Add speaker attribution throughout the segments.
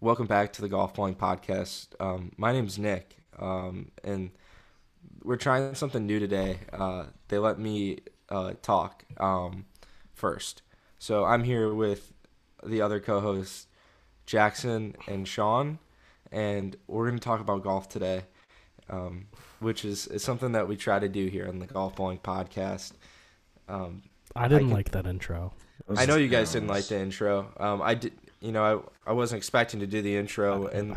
Speaker 1: Welcome back to the Golf Balling Podcast. Um, my name's Nick, um, and we're trying something new today. Uh, they let me uh, talk um, first. So I'm here with the other co hosts, Jackson and Sean, and we're going to talk about golf today, um, which is, is something that we try to do here on the Golf Balling Podcast. Um,
Speaker 2: I didn't
Speaker 1: can-
Speaker 2: like that intro.
Speaker 1: I know you guys didn't like the intro. Um, I did, you know, I, I wasn't expecting to do the intro. And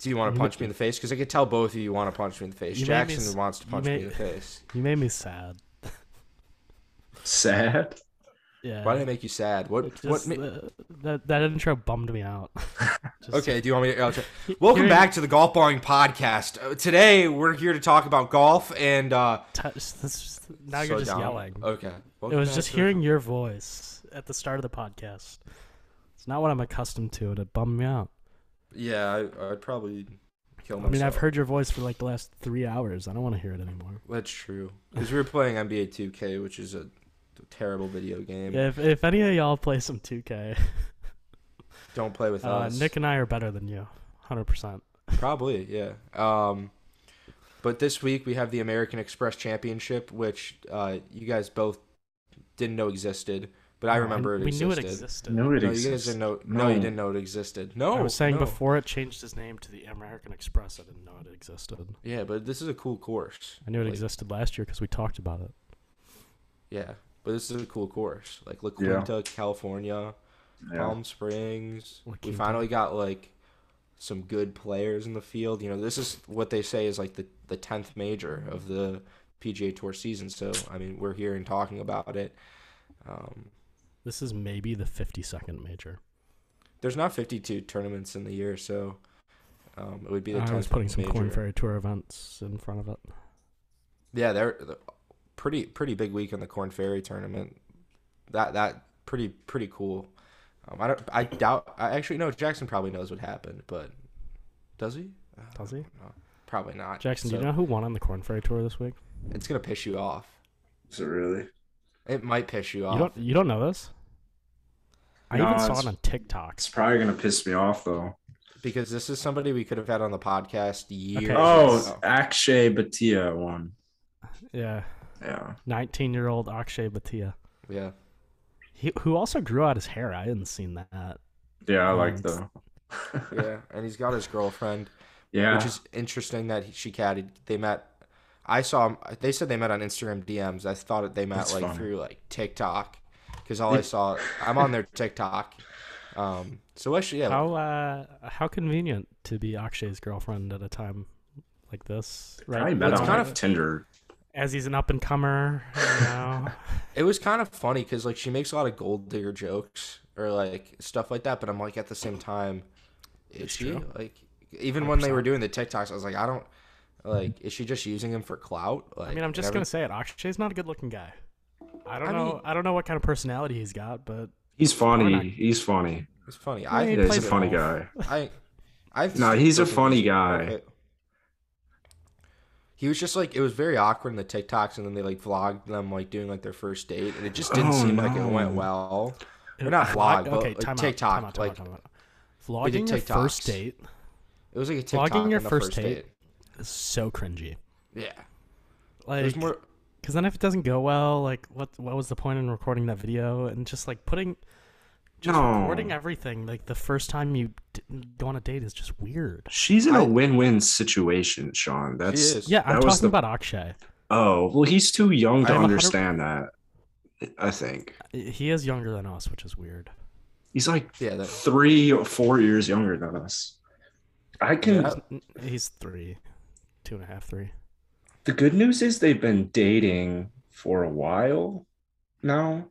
Speaker 1: do you want to
Speaker 2: You
Speaker 1: punch me in the face? Because I could tell both of you want to punch me in the face.
Speaker 2: You made me
Speaker 1: Jackson
Speaker 2: s-
Speaker 1: wants to
Speaker 2: you
Speaker 1: punch me in
Speaker 2: made-
Speaker 1: the face.
Speaker 2: You made me sad.
Speaker 3: Sad.
Speaker 2: Yeah.
Speaker 1: Why did I make you sad? What? what?
Speaker 2: It Uh, just,
Speaker 1: Ma-
Speaker 2: uh, that that intro bummed me out. Just-
Speaker 1: okay. Do you want me? to... okay. Welcome
Speaker 2: Hearing-
Speaker 1: back to the Golf Balling Podcast. Uh, today we're here to talk about golf and. uh
Speaker 2: t- this is-
Speaker 1: slow
Speaker 2: now you're just
Speaker 1: down.
Speaker 2: yelling.
Speaker 1: Oh, Okay.
Speaker 2: it
Speaker 1: Welcome
Speaker 2: was
Speaker 1: back
Speaker 2: just
Speaker 1: to-
Speaker 2: hearing your voice at the start of the podcast. It's not what I'm accustomed to, and it bummed me out.
Speaker 1: Yeah, I, I'd probably kill
Speaker 2: I
Speaker 1: myself.
Speaker 2: mean, I've heard your voice for like the last three hours. I don't want to hear it anymore.
Speaker 1: That's true. Because we were playing NBA 2K, which is a terrible video game.
Speaker 2: Yeah, if if any of y'all play some 2K,
Speaker 1: Don't play with
Speaker 2: uh,
Speaker 1: us.
Speaker 2: Nick and I are better than you, hundred percent.
Speaker 1: Probably, yeah. Um, but this week we have the American Express Championship, which uh, you guys both didn't know existed, but I remember it
Speaker 2: we
Speaker 1: existed.
Speaker 2: knew it existed.
Speaker 3: No, it
Speaker 1: No, you guys
Speaker 3: exists.
Speaker 1: didn't know. No. you
Speaker 3: No.
Speaker 1: didn't know it existed. No,
Speaker 2: I was saying
Speaker 1: no.
Speaker 2: before it changed his name to the American Express. I didn't know it existed.
Speaker 1: Yeah, but this is a cool course.
Speaker 2: I knew it
Speaker 1: Like,
Speaker 2: existed last year because we talked about it.
Speaker 1: Yeah, but this is a cool course. Like La
Speaker 3: Yeah.
Speaker 1: Quinta, California,
Speaker 3: Yeah.
Speaker 1: Palm Springs.
Speaker 2: La
Speaker 1: We
Speaker 2: Quinta.
Speaker 1: finally got like some good players in the field. You know, this is what they say is like the the tenth major of the PGA Tour season. So I mean, we're here and talking about it. Um,
Speaker 2: This is maybe the 52nd major.
Speaker 1: there's not 52 tournaments in the year, so um, it would be the
Speaker 2: I was
Speaker 1: 10th
Speaker 2: putting some
Speaker 1: major.
Speaker 2: Corn Ferry Tour events in front of it.
Speaker 1: Yeah, they're they're pretty pretty big week in the Corn Ferry tournament. That that pretty pretty cool. Um, I don't. I doubt. I actually no. Jackson probably knows what happened, but does he? Uh,
Speaker 2: Does he?
Speaker 1: no, probably not.
Speaker 2: Jackson, do
Speaker 1: So,
Speaker 2: you know who won on the Corn Ferry Tour this week?
Speaker 1: It's gonna piss you off.
Speaker 3: Is it really?
Speaker 1: It might piss you off.
Speaker 2: You don't you don't know this? I
Speaker 3: No,
Speaker 2: even saw
Speaker 3: it's-
Speaker 2: it on TikTok.
Speaker 3: It's probably gonna piss me off though.
Speaker 1: because this is somebody we could have had on the podcast years.
Speaker 2: Okay.
Speaker 3: Oh,
Speaker 1: ago.
Speaker 3: Akshay Batia one.
Speaker 2: Yeah.
Speaker 3: Yeah.
Speaker 2: 19-year-old Akshay Batia.
Speaker 1: yeah.
Speaker 2: He, who also grew out his hair. I hadn't seen that.
Speaker 3: Yeah, I like
Speaker 2: Um,
Speaker 3: though.
Speaker 1: Yeah, and he's got his girlfriend,
Speaker 3: Yeah.
Speaker 1: which is interesting that he, she caddied. They met. I saw. 'em- They said they met on Instagram DMs. I thought that they met
Speaker 3: That's
Speaker 1: like
Speaker 3: funny.
Speaker 1: through like TikTok, because all I saw. I'm on their TikTok. Um. So actually, yeah.
Speaker 2: How uh how convenient to be Akshay's girlfriend at a time like this, right?
Speaker 3: I met
Speaker 1: It's
Speaker 3: on
Speaker 1: kind
Speaker 3: like,
Speaker 1: of-
Speaker 3: Tinder.
Speaker 2: As he's an up and comer, you know.
Speaker 1: It was kind of funny because like she makes a lot of gold digger jokes or like stuff like that, but I'm like at the same time, is she
Speaker 2: true.
Speaker 1: like? Even when they were doing the TikToks, I was like, I don't like. Is she just using him for clout? Like,
Speaker 2: I mean, I'm just
Speaker 1: never-
Speaker 2: gonna say it. Akshay's not a good-looking guy. I don't
Speaker 1: I
Speaker 2: know.
Speaker 1: mean-
Speaker 2: I don't know what kind of personality he's got, but
Speaker 3: He's
Speaker 2: Why
Speaker 3: funny.
Speaker 2: not?
Speaker 3: He's funny.
Speaker 1: It's funny. I
Speaker 2: Yeah,
Speaker 1: think
Speaker 2: he
Speaker 3: Yeah, he's a
Speaker 2: plays
Speaker 3: funny
Speaker 2: golf.
Speaker 3: guy.
Speaker 1: I, I.
Speaker 3: No, he's a funny guy.
Speaker 1: He was just like it was very awkward in the TikToks, and then they like vlogged them like doing like their first date, and it just didn't
Speaker 3: Oh,
Speaker 1: seem like it
Speaker 3: no.
Speaker 1: went well. Or not vlog, but like,
Speaker 2: time out,
Speaker 1: TikTok.
Speaker 2: time out, time
Speaker 1: like
Speaker 2: out, time out.
Speaker 1: we
Speaker 2: vlogging
Speaker 1: did
Speaker 2: your first
Speaker 1: TikToks.
Speaker 2: date
Speaker 1: it was like a TikTok.
Speaker 2: Vlogging your
Speaker 1: on the
Speaker 2: first
Speaker 1: first
Speaker 2: date?
Speaker 1: date.
Speaker 2: is so cringy.
Speaker 1: Yeah,
Speaker 2: Like,
Speaker 1: there's more.
Speaker 2: because then if it doesn't go well, like, what what was the point in recording that video and just like putting, just
Speaker 3: No.
Speaker 2: recording everything like the first time you d- go on a date is just weird.
Speaker 3: She's in a
Speaker 1: I-
Speaker 3: win-win situation, Sean. That's
Speaker 1: is.
Speaker 2: Yeah, I'm
Speaker 3: That was
Speaker 2: talking
Speaker 3: the-
Speaker 2: about Akshay.
Speaker 3: oh well. He's too young to
Speaker 2: I'm a hundred-
Speaker 3: understand that. I think
Speaker 2: He is younger than us, which is weird.
Speaker 3: he's like
Speaker 1: Yeah, that-
Speaker 3: three or four years younger than us. I can
Speaker 1: Yeah.
Speaker 2: He's three, two and a half, three.
Speaker 3: The good news is they've been dating for a while now.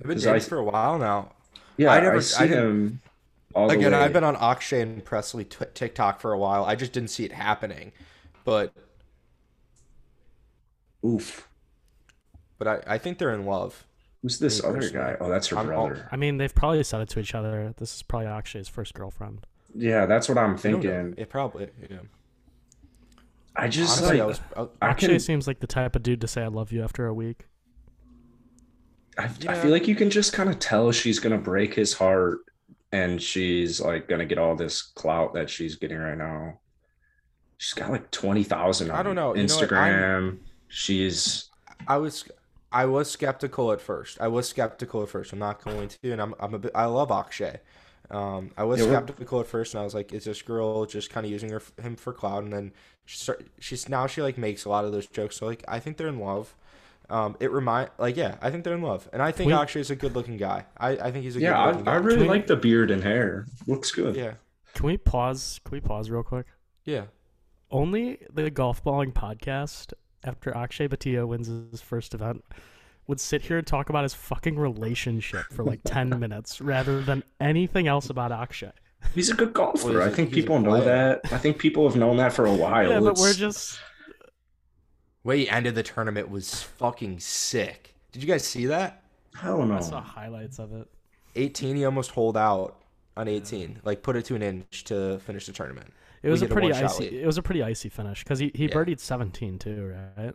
Speaker 1: I've been
Speaker 3: 'cause
Speaker 1: dating
Speaker 3: I-
Speaker 1: for a while now.
Speaker 3: Yeah,
Speaker 1: I
Speaker 3: I,
Speaker 1: never-
Speaker 3: see
Speaker 1: I didn't-
Speaker 3: him all
Speaker 1: Again,
Speaker 3: the way.
Speaker 1: I've been on Akshay and Presley t- TikTok for a while. I just didn't see it happening, but
Speaker 3: Oof.
Speaker 1: but I, I think they're in love.
Speaker 3: Who's this
Speaker 1: Me
Speaker 3: other
Speaker 1: personally.
Speaker 3: guy? Oh, that's her
Speaker 1: I'm all-
Speaker 3: brother.
Speaker 2: I mean, they've probably said it to each other. This is probably Akshay's first girlfriend.
Speaker 3: Yeah, that's what I'm
Speaker 1: I don't know.
Speaker 3: thinking.
Speaker 1: It probably. Yeah.
Speaker 3: I just
Speaker 1: Honestly,
Speaker 3: like
Speaker 1: I was. I-
Speaker 3: I
Speaker 2: Akshay
Speaker 3: can
Speaker 2: seems like the type of dude to say "I love you" after a week.
Speaker 3: I, I
Speaker 1: Yeah.
Speaker 3: feel like you can just kind of tell she's gonna break his heart, and she's like gonna get all this clout that she's getting right now. She's got like twenty thousand.
Speaker 1: I don't know. You know what?
Speaker 3: Instagram. she's
Speaker 1: I was I was skeptical at first. I was skeptical at first. I'm not going to, and I'm I'm a bit, I love Akshay. Um, I was
Speaker 3: Yeah, we're-
Speaker 1: skeptical at first, and I was like, "Is this girl just kind of using her him for clout?" And then she start, she's now she like makes a lot of those jokes. So like, I think they're in love. Um, it remind like yeah, I think they're in love, and I think
Speaker 2: We-
Speaker 1: Akshay's a good looking guy. I, I think he's a
Speaker 3: yeah.
Speaker 1: good looking
Speaker 3: I, I
Speaker 1: guy.
Speaker 3: really
Speaker 2: Tweet.
Speaker 3: like the beard and hair. Looks good.
Speaker 1: yeah
Speaker 2: Can we pause? Can we pause real quick?
Speaker 1: yeah.
Speaker 2: Only the golf balling podcast after Akshay Batia wins his first event would sit here and talk about his fucking relationship for like 10 minutes rather than anything else about Akshay.
Speaker 3: He's a good golfer.
Speaker 1: Well,
Speaker 3: I
Speaker 1: he's a-
Speaker 3: think
Speaker 1: he's a
Speaker 3: people know
Speaker 1: player.
Speaker 3: that. I think people have known that for a while.
Speaker 2: yeah, but
Speaker 3: It's-
Speaker 2: we're just
Speaker 1: Way he ended the tournament was fucking sick. Did you guys see that?
Speaker 3: hell no.
Speaker 2: I saw highlights of it.
Speaker 1: 18, he almost holed out on 18, like put it to an inch to finish the tournament.
Speaker 2: It was
Speaker 1: He
Speaker 2: a
Speaker 1: hit a
Speaker 2: pretty
Speaker 1: one-shot
Speaker 2: icy.
Speaker 1: lead.
Speaker 2: It was a pretty icy finish because he, he
Speaker 1: Yeah.
Speaker 2: birdied 17 too, right?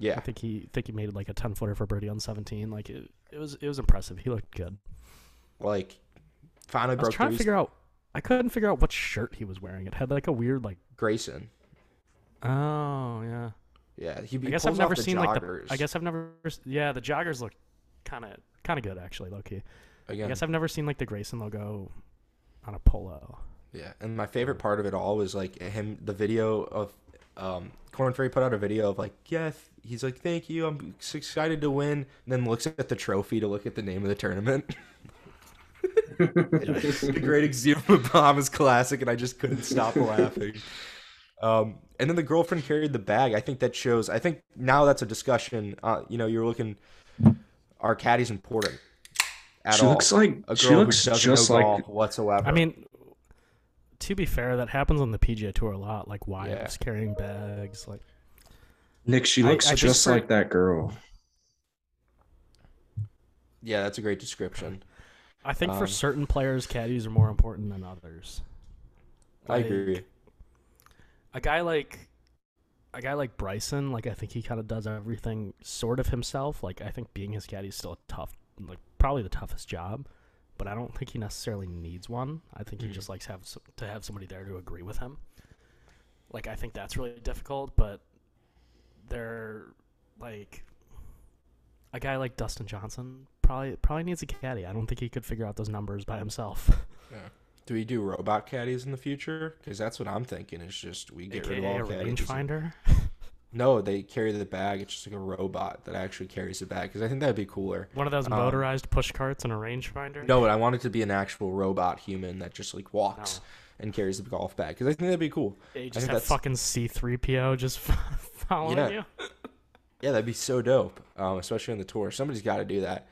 Speaker 1: Yeah.
Speaker 2: I think he think he made like a 10 footer for birdie on 17. Like it, it was it was impressive. He looked good.
Speaker 1: like finally
Speaker 2: I was
Speaker 1: broke
Speaker 2: trying
Speaker 1: through
Speaker 2: to figure out. I couldn't figure out what shirt he was wearing. It had like a weird like.
Speaker 1: Grayson.
Speaker 2: Oh yeah.
Speaker 1: Yeah, he.
Speaker 2: I guess
Speaker 1: pulls
Speaker 2: I've never
Speaker 1: off the
Speaker 2: seen like the.
Speaker 1: joggers.
Speaker 2: I guess I've never. s- Yeah, the joggers look kind of kind of good actually, low key.
Speaker 1: again.
Speaker 2: I guess I've never seen like the Grayson logo on a polo.
Speaker 1: yeah, and my favorite part of it all was like him. The video of um, Corn Ferry put out a video of like, yeah, th- he's like, thank you, I'm s- excited to win. And then looks at the trophy to look at the name of the tournament. the great Exuma bomb is classic, and I just couldn't stop laughing. Um, and then the girlfriend carried the bag. I think that shows. I think now that's a discussion. Uh, you know, you're looking. Our caddy's important. At
Speaker 3: she
Speaker 1: all.
Speaker 3: looks like
Speaker 1: a girl
Speaker 3: she looks
Speaker 1: who doesn't
Speaker 3: just
Speaker 1: know
Speaker 3: like
Speaker 1: golf whatsoever.
Speaker 2: I mean, to be fair, that happens on the PGA Tour a lot. Like wives
Speaker 1: Yeah.
Speaker 2: carrying bags, like.
Speaker 3: Nick. She
Speaker 2: I-
Speaker 3: looks
Speaker 2: I just
Speaker 3: just
Speaker 2: heard-
Speaker 3: like that girl.
Speaker 1: yeah, that's a great description.
Speaker 2: I think for
Speaker 1: Um,
Speaker 2: certain players, caddies are more important than others.
Speaker 1: I
Speaker 2: Like,
Speaker 1: agree.
Speaker 2: A guy like a guy like Bryson, like I think he kind of does everything sort of himself. Like I think being his caddy is still a tough, like probably the toughest job, but I don't think he necessarily needs one. I think
Speaker 1: Mm-hmm.
Speaker 2: he just likes have s- to have somebody there to agree with him. Like I think that's really difficult, but they're like a guy like Dustin Johnson probably probably needs a caddy. I don't think he could figure out those numbers by himself.
Speaker 1: Do we do robot caddies in the future? Because that's what I'm thinking. Is just we get rid of
Speaker 2: AKA a
Speaker 1: all caddies.
Speaker 2: rangefinder.
Speaker 1: No, they carry the bag. It's just like a robot that actually carries the bag. Because I think that'd be cooler.
Speaker 2: One of those
Speaker 1: Um,
Speaker 2: motorized push carts and a rangefinder.
Speaker 1: No, but I want it to be an actual robot human that just like
Speaker 2: Oh.
Speaker 1: walks and carries the golf bag. Because I think that'd be cool.
Speaker 2: Yeah, you
Speaker 1: think
Speaker 2: just have
Speaker 1: that's-
Speaker 2: fucking C3PO just following
Speaker 1: Yeah.
Speaker 2: you.
Speaker 1: Yeah, that'd be so dope, um, especially on the tour. Somebody's got to do that.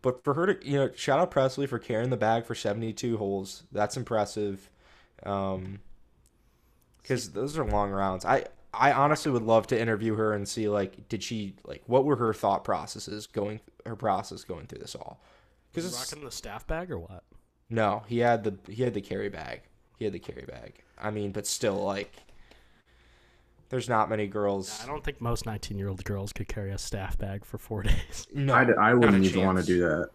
Speaker 1: But for her to, you know, shout out Presley for carrying the bag for 72 holes. That's impressive. Um, because those are long rounds. I, I honestly would love to interview her and see like, did she like, what were her thought processes going, her process going through this all? Because it's
Speaker 2: Rocking the staff bag or what?
Speaker 1: no, he had the he had the carry bag. He had the carry bag. I mean, but still, like, there's not many girls.
Speaker 2: I don't think most 19 year old girls could carry a staff bag for four days.
Speaker 1: no,
Speaker 3: I, I
Speaker 1: not a
Speaker 3: wouldn't even want to
Speaker 1: chance.
Speaker 3: do that.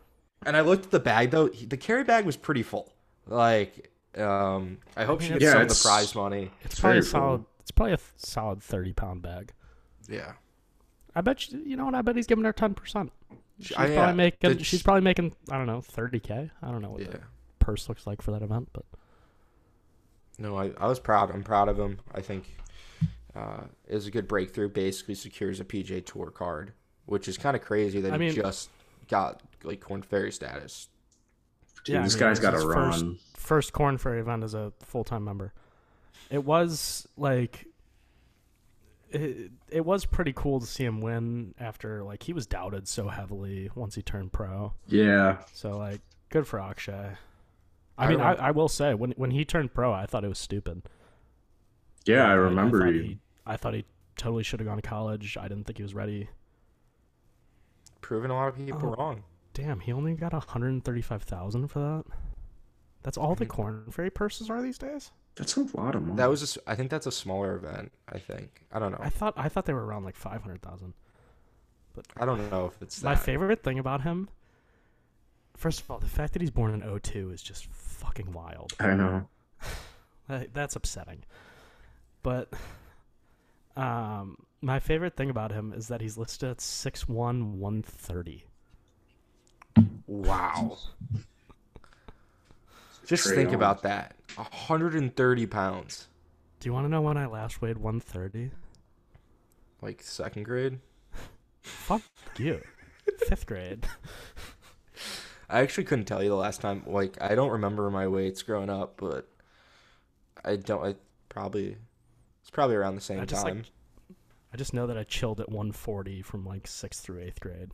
Speaker 1: And I looked at the bag though. he- The carry bag was pretty full. Like, um, I hope she
Speaker 2: mean,
Speaker 1: gets some
Speaker 2: it's-
Speaker 1: of
Speaker 3: Yeah,
Speaker 1: the
Speaker 3: it's-
Speaker 1: prize money.
Speaker 2: It's,
Speaker 3: It's
Speaker 2: probably a
Speaker 3: very full.
Speaker 2: solid. It's probably a th- solid 30 pound bag.
Speaker 1: Yeah,
Speaker 2: I bet you. You know what? I bet he's giving her 10. percent She's
Speaker 1: I- uh,
Speaker 2: probably
Speaker 1: yeah,
Speaker 2: making.
Speaker 1: the-
Speaker 2: she's probably making. I don't know. 30k. I don't know what
Speaker 1: yeah.
Speaker 2: the purse looks like for that event, but
Speaker 1: No, I, I was proud. I'm proud of him. I think uh, it was a good breakthrough. Basically, secures a PJ Tour card, which is kind of crazy that
Speaker 2: I mean-
Speaker 1: he just got like Corn Ferry status.
Speaker 3: Dude,
Speaker 2: Yeah, I
Speaker 3: this
Speaker 2: mean,
Speaker 3: guy's
Speaker 2: it's
Speaker 3: got to
Speaker 2: his
Speaker 3: run.
Speaker 2: first- first Corn Ferry event as a full time member. It was like it, it was pretty cool to see him win after like he was doubted so heavily once he turned pro.
Speaker 3: Yeah,
Speaker 2: So like good for Akshay. I,
Speaker 1: I
Speaker 2: mean, I,
Speaker 1: remember-
Speaker 2: I will say when when he turned pro, I thought it was stupid.
Speaker 3: yeah, I
Speaker 2: Like,
Speaker 3: remember
Speaker 2: thought
Speaker 3: you.
Speaker 2: He, I thought he totally should have gone to college. I didn't think he was ready.
Speaker 1: Proving a lot of people
Speaker 2: Oh.
Speaker 1: wrong.
Speaker 2: Damn, he only got 135,000 for that. That's all the Corn Ferry purses are these days.
Speaker 3: That's a lot of money.
Speaker 1: That was, a s I think that's a smaller event. I think. I don't know.
Speaker 2: I thought I thought they were around like 500,000.
Speaker 1: I don't know if it's that.
Speaker 2: My favorite thing about him First of all, the fact that he's born in 02 is just fucking wild.
Speaker 3: I know.
Speaker 2: That- That's upsetting. But um, my favorite thing about him is that he's listed at 6'1", 130.
Speaker 1: Wow. Just
Speaker 3: Trey
Speaker 1: think
Speaker 3: Young.
Speaker 1: about that. 130 pounds.
Speaker 2: Do you want to know when I last weighed 130?
Speaker 1: Like second grade.
Speaker 2: Fuck you. Fifth grade.
Speaker 1: I actually couldn't tell you the last time. Like I don't remember my weights growing up, but I don't. I probably it's probably around the same
Speaker 2: I just
Speaker 1: time.
Speaker 2: like I just know that I chilled at 140 from like 6th through 8th grade.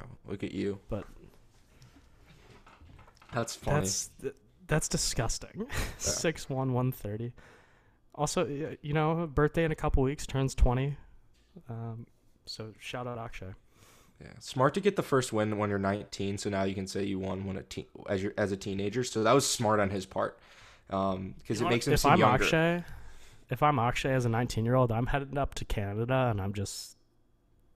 Speaker 1: Oh, look at you.
Speaker 2: But
Speaker 1: That's funny.
Speaker 2: That's th- that's disgusting. Six one one thirty. Also, y- you know, birthday in a couple weeks turns twenty. Um, so shout out Akshay.
Speaker 1: Yeah. Smart to get the first win when you're 19, so now you can say you won when a teen as your as a teenager. So that was smart on his part, because
Speaker 2: You
Speaker 1: it
Speaker 2: know
Speaker 1: makes
Speaker 2: what?
Speaker 1: him
Speaker 2: if
Speaker 1: seem
Speaker 2: I'm
Speaker 1: younger.
Speaker 2: Akshay, if I'm Akshay as a nineteen year old, I'm headed up to Canada and I'm just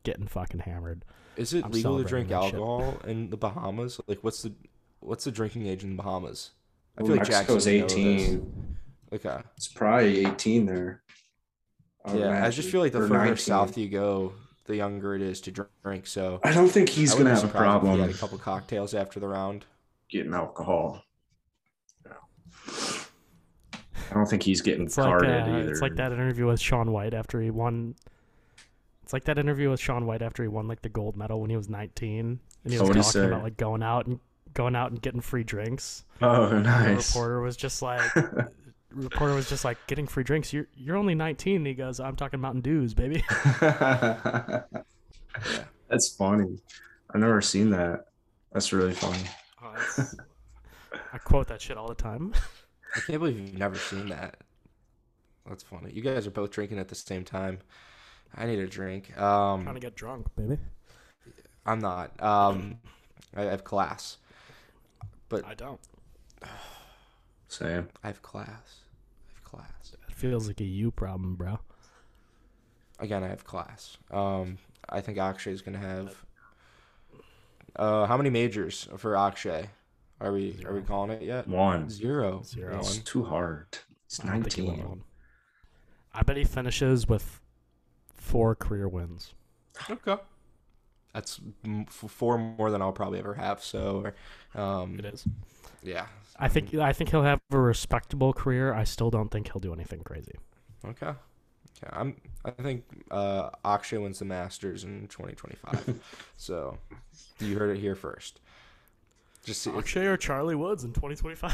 Speaker 2: getting fucking hammered.
Speaker 1: Is it
Speaker 2: I'm
Speaker 1: legal to drink
Speaker 2: celebrating that shit.
Speaker 1: alcohol in the Bahamas? Like, what's the what's the drinking age in the Bahamas?
Speaker 3: Well, Mexico's
Speaker 1: would know this.
Speaker 3: 18.
Speaker 1: Okay.
Speaker 3: It's probably 18 there. would
Speaker 1: Yeah, I
Speaker 3: imagine,
Speaker 1: just feel like the
Speaker 3: or
Speaker 1: further
Speaker 3: 19.
Speaker 1: south you go, the younger it is to dr- drink. So
Speaker 3: I don't think he's
Speaker 1: I
Speaker 3: going
Speaker 1: wouldn't
Speaker 3: to
Speaker 1: be
Speaker 3: have a
Speaker 1: surprised if he
Speaker 3: problem
Speaker 1: Had a couple cocktails after the round.
Speaker 3: getting alcohol. No. I don't think he's getting
Speaker 2: It's like
Speaker 3: carded
Speaker 2: uh,
Speaker 3: either.
Speaker 2: it's like that interview with Sean White after he won. It's like that interview with Sean White after he won like the gold medal when he was nineteen, and he
Speaker 3: Oh,
Speaker 2: was
Speaker 3: what'd he
Speaker 2: talking
Speaker 3: say?
Speaker 2: about like going out and going out and getting free drinks.
Speaker 3: Oh,
Speaker 2: the
Speaker 3: nice.
Speaker 2: reporter was just like reporter was just like getting free drinks you're you're only 19 and he goes i'm talking mountain dews baby
Speaker 3: That's funny. I've never seen that. That's really funny.
Speaker 2: Oh, that's- i quote that shit all the time
Speaker 1: I can't believe you've never seen that. That's funny. You guys are both drinking at the same time. I need a drink. Um,
Speaker 2: trying to get drunk baby
Speaker 1: I'm not. Um, I I have class.
Speaker 2: i don't
Speaker 3: Same.
Speaker 1: I have class. I have class.
Speaker 2: that feels like a you problem bro
Speaker 1: Again, I have class. Um, I think Akshay is gonna have. Uh, how many majors for Akshay? Are we are we calling it yet?
Speaker 3: One.
Speaker 1: Zero.
Speaker 2: Zero.
Speaker 1: One.
Speaker 3: It's too hard. It's
Speaker 2: I don't think he went
Speaker 3: 19.
Speaker 2: on. i bet he finishes with four career wins
Speaker 1: Okay. That's m- f- four more than I'll probably ever have. So, um,
Speaker 2: it is
Speaker 1: yeah.
Speaker 2: i think i think he'll have a respectable career i still don't think he'll do anything crazy
Speaker 1: Okay. Yeah, I'm. I think uh, Akshay wins the Masters in 2025. so, you heard it here first. Just see,
Speaker 2: Akshay or charlie woods in 2025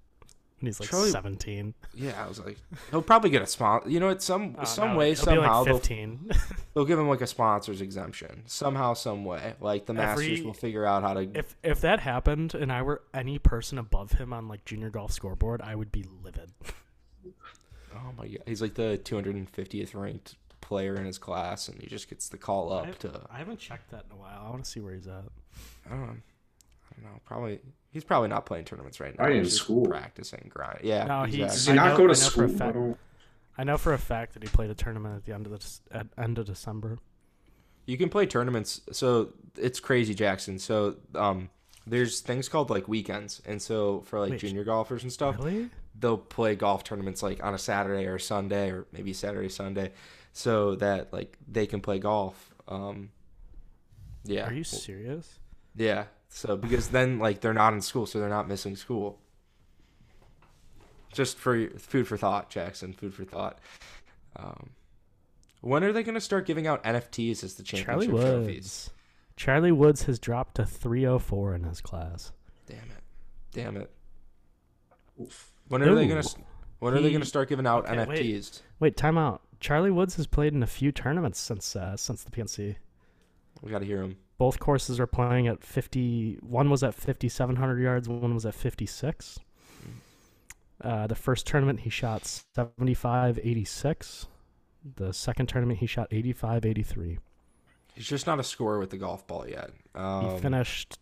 Speaker 2: and he's like
Speaker 1: Charlie-
Speaker 2: 17
Speaker 1: yeah, I was like, he'll probably get a sponsor. You know, what? some
Speaker 2: Oh,
Speaker 1: some
Speaker 2: no,
Speaker 1: way
Speaker 2: it'll be like
Speaker 1: somehow they'll,
Speaker 2: 15.
Speaker 1: they'll give him like a sponsors exemption somehow some way. Like the Masters
Speaker 2: Every-
Speaker 1: will figure out how to.
Speaker 2: if if that happened and I were any person above him on like junior golf scoreboard, I would be livid.
Speaker 1: oh my god, he's like the 250th ranked player in his class, and he just gets the call up to.
Speaker 2: I haven't checked that in a while. I want to see where he's at.
Speaker 1: I don't know. I don't know. Probably he's probably not playing tournaments right now.
Speaker 3: Probably in
Speaker 1: he's just
Speaker 3: school.
Speaker 1: practicing grind. Yeah.
Speaker 2: No, he's-
Speaker 1: exactly.
Speaker 3: Does he
Speaker 2: I
Speaker 3: not
Speaker 2: know-
Speaker 3: go
Speaker 2: I
Speaker 3: to
Speaker 2: know for a
Speaker 3: school?
Speaker 2: fact- I know for a fact that he played a tournament at the end of this at end of December.
Speaker 1: You can play tournaments. So it's crazy, Jackson. So um, there's things called like weekends, and so for like
Speaker 2: Wait,
Speaker 1: junior golfers and stuff,
Speaker 2: Oh, Really?
Speaker 1: they'll play golf tournaments like on a Saturday or Sunday or maybe Saturday Sunday, so that like they can play golf. Um, yeah.
Speaker 2: Are you serious?
Speaker 1: Yeah. So because then like they're not in school, so they're not missing school. Just for food for thought, Jackson. Food for thought. Um, when are they going to start giving out NFTs as the
Speaker 2: Charlie
Speaker 1: championship
Speaker 2: Woods.
Speaker 1: trophies?
Speaker 2: Charlie Woods has dropped to 304 in his class.
Speaker 1: Damn it! Damn it! When are they going
Speaker 2: Ooh.
Speaker 1: to? When are they going
Speaker 2: He-
Speaker 1: to start giving out
Speaker 2: Okay,
Speaker 1: NFTs?
Speaker 2: wait. Wait, time out. Charlie Woods has played in a few tournaments since uh, since the PNC.
Speaker 1: We got to hear them.
Speaker 2: Both courses are playing at 50. One was at 5,700 yards, one was at 56. Uh, the first tournament, he shot 75 86. The second tournament, he shot 85 83.
Speaker 1: He's just not a scorer with the golf ball yet. Um,
Speaker 2: he finished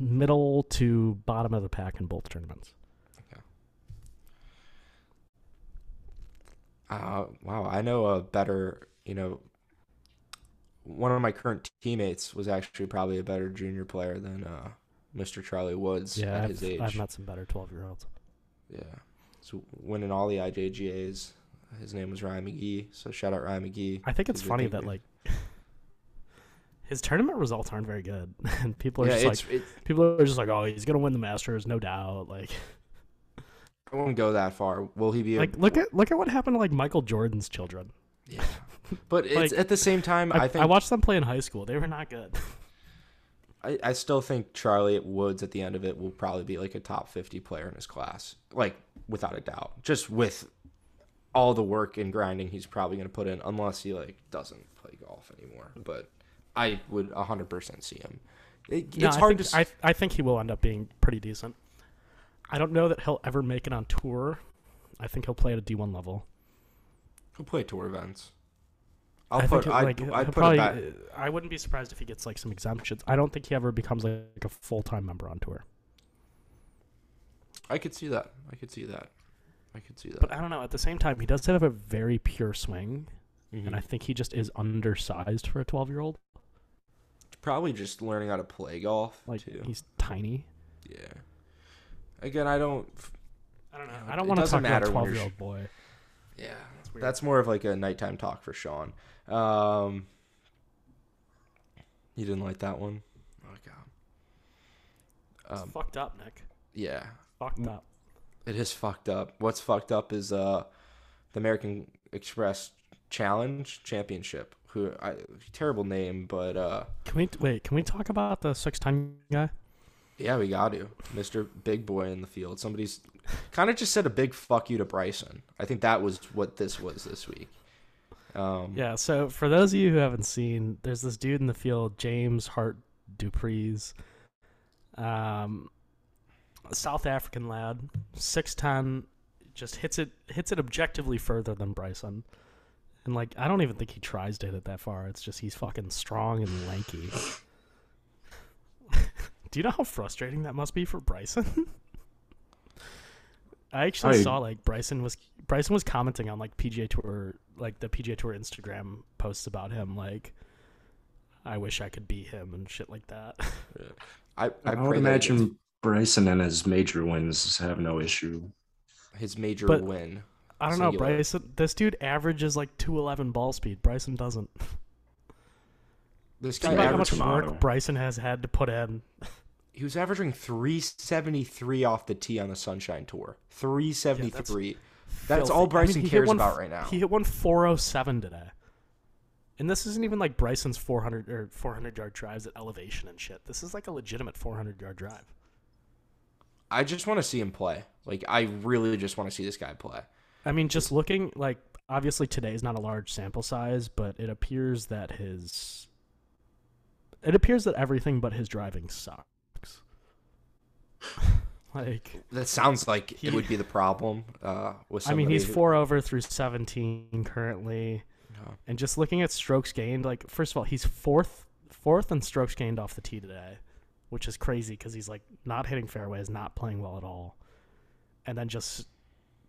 Speaker 2: middle to bottom of the pack in both tournaments.
Speaker 1: Uh, wow, I know a better, you know, one of my current teammates was actually probably a better junior player than uh, Mr. Charlie Woods
Speaker 2: Yeah,
Speaker 1: at
Speaker 2: I've,
Speaker 1: his age.
Speaker 2: I've met some better twelve-year-olds.
Speaker 1: Yeah. So winning all the IJGAs. His name was Ryan McGee. So shout out Ryan McGee.
Speaker 2: I think it's
Speaker 1: He's a
Speaker 2: funny
Speaker 1: big
Speaker 2: that
Speaker 1: man.
Speaker 2: like his tournament results aren't very good, and people are
Speaker 1: yeah,
Speaker 2: just like
Speaker 1: it's, it,
Speaker 2: people are just like, oh, he's gonna win the Masters, no doubt. Like,
Speaker 1: I won't go that far. Will he be?
Speaker 2: like look at look at what happened to like Michael Jordan's children.
Speaker 1: yeah. But it's,
Speaker 2: like,
Speaker 1: at the same time,
Speaker 2: I,
Speaker 1: I,
Speaker 2: I,
Speaker 1: think I,
Speaker 2: watched them play in high school; they were not good.
Speaker 1: I, still think Charlie Woods at the end of it will probably be like a top fifty player in his class, like without a doubt. Just with all the work and grinding he's probably going to put in, unless he like doesn't play golf anymore. But I would hundred percent see him. It,
Speaker 2: No,
Speaker 1: it's
Speaker 2: I
Speaker 1: hard
Speaker 2: think,
Speaker 1: to.
Speaker 2: I I think he will end up being pretty decent. I don't know that he'll ever make it on tour. I think he'll play at a D one level.
Speaker 1: He'll play tour events. I'll
Speaker 2: I
Speaker 1: put.
Speaker 2: think
Speaker 1: I'd,
Speaker 2: like, he'll
Speaker 1: I'd put
Speaker 2: probably, uh,
Speaker 1: it back.
Speaker 2: I wouldn't be surprised if he gets like some exemptions. I don't think he ever becomes like, a full time member on tour.
Speaker 1: I could see that. I could see that. I could see that.
Speaker 2: But I don't know. At the same time, he does have a very pure swing,
Speaker 1: Mhm.
Speaker 2: and I think he just is undersized for a twelve year old.
Speaker 1: Probably just learning how to play golf
Speaker 2: Like
Speaker 1: too.
Speaker 2: he's tiny.
Speaker 1: Yeah. Again, I don't. f-
Speaker 2: I don't know.
Speaker 1: Yeah,
Speaker 2: I
Speaker 1: it
Speaker 2: don't want to
Speaker 1: doesn't
Speaker 2: talk about a
Speaker 1: matter when you're
Speaker 2: 12 year old boy.
Speaker 1: Yeah, that's,
Speaker 2: weird.
Speaker 1: more of like a nighttime talk for Sean. Um, you didn't like that one. Oh god. Um,
Speaker 2: it's fucked up, Nick.
Speaker 1: yeah,
Speaker 2: Fucked up.
Speaker 1: it is fucked up. What's fucked up is uh, the American Express Challenge Championship. Who I terrible name, but uh,
Speaker 2: Can we wait? Can we talk about the six time guy?
Speaker 1: Yeah, we got to. Mr. Big Boy in the field. Somebody's kind of just said a big fuck you to Bryson. I think that was what this was this week. Um,
Speaker 2: Yeah. So for those of you who haven't seen, there's this dude in the field, James Hart Dupree's, um, a South African lad, six ten, just hits it hits it objectively further than Bryson, and like I don't even think he tries to hit it that far. It's just he's fucking strong and lanky. Do you know how frustrating that must be for Bryson? I actually
Speaker 3: I-
Speaker 2: saw like Bryson was Bryson was commenting on like PGA Tour like the PGA Tour Instagram posts about him like I wish I could be him and shit like that.
Speaker 1: I, I,
Speaker 3: I,
Speaker 1: pray
Speaker 3: would
Speaker 1: that
Speaker 3: imagine Bryson and his major wins have no issue.
Speaker 1: his major
Speaker 2: But-
Speaker 1: win.
Speaker 2: I don't know,
Speaker 1: Singular.
Speaker 2: Bryson. This dude averages like 211 ball speed. Bryson doesn't.
Speaker 1: This guy
Speaker 2: Think about how
Speaker 1: averaged,
Speaker 2: much
Speaker 3: Tomato.
Speaker 2: work Bryson has had to put in.
Speaker 1: he was averaging 373 off the tee on the Sunshine Tour. 373. that's,
Speaker 2: Filthy.
Speaker 1: all
Speaker 2: I mean,
Speaker 1: Bryson
Speaker 2: he hit
Speaker 1: cares
Speaker 2: one
Speaker 1: about
Speaker 2: f-
Speaker 1: right now.
Speaker 2: He hit one 407 today. And this isn't even like Bryson's 400 or 400 yard drives at elevation and shit. This is like a legitimate 400 yard drive.
Speaker 1: I just want to see him play. Like I really just want to see this guy play.
Speaker 2: I mean, just looking like obviously today is not a large sample size, but it appears that his it appears that everything but his driving sucks. like
Speaker 1: That sounds like
Speaker 2: He-
Speaker 1: it would be the problem. Uh, with
Speaker 2: I mean,
Speaker 1: somebody
Speaker 2: he's
Speaker 1: who-
Speaker 2: four over through 17 currently.
Speaker 1: No.
Speaker 2: And just looking at strokes gained, like, first of all, he's fourth fourth in strokes gained off the tee today, which is crazy because he's, like, not hitting fairways, not playing well at all, and then just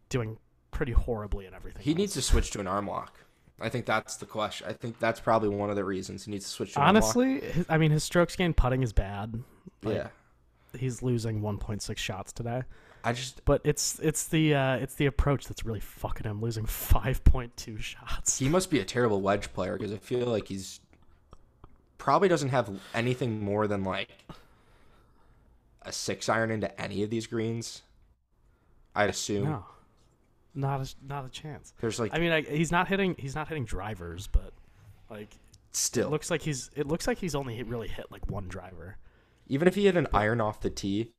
Speaker 2: doing pretty horribly in everything.
Speaker 1: He
Speaker 2: else.
Speaker 1: needs to switch to an arm lock. I think that's the question. I think that's probably one of the reasons he needs to switch to an arm
Speaker 2: Honestly, his, I mean, his strokes gained putting is bad.
Speaker 1: lock.
Speaker 2: like-
Speaker 1: yeah.
Speaker 2: He's losing 1.6 shots today.
Speaker 1: I just
Speaker 2: But it's it's the uh, it's the approach that's really fucking him, losing 5.2 shots.
Speaker 1: he must be a terrible wedge player because I feel like he's probably doesn't have anything more than like a six iron into any of these greens. I'd assume
Speaker 2: No, not a, not a chance.
Speaker 1: there's like
Speaker 2: I mean, like, he's not hitting he's not hitting drivers, but like it
Speaker 1: still
Speaker 2: looks like he's it looks like he's only hit, really hit like one driver.
Speaker 1: even if he had an iron off the tee,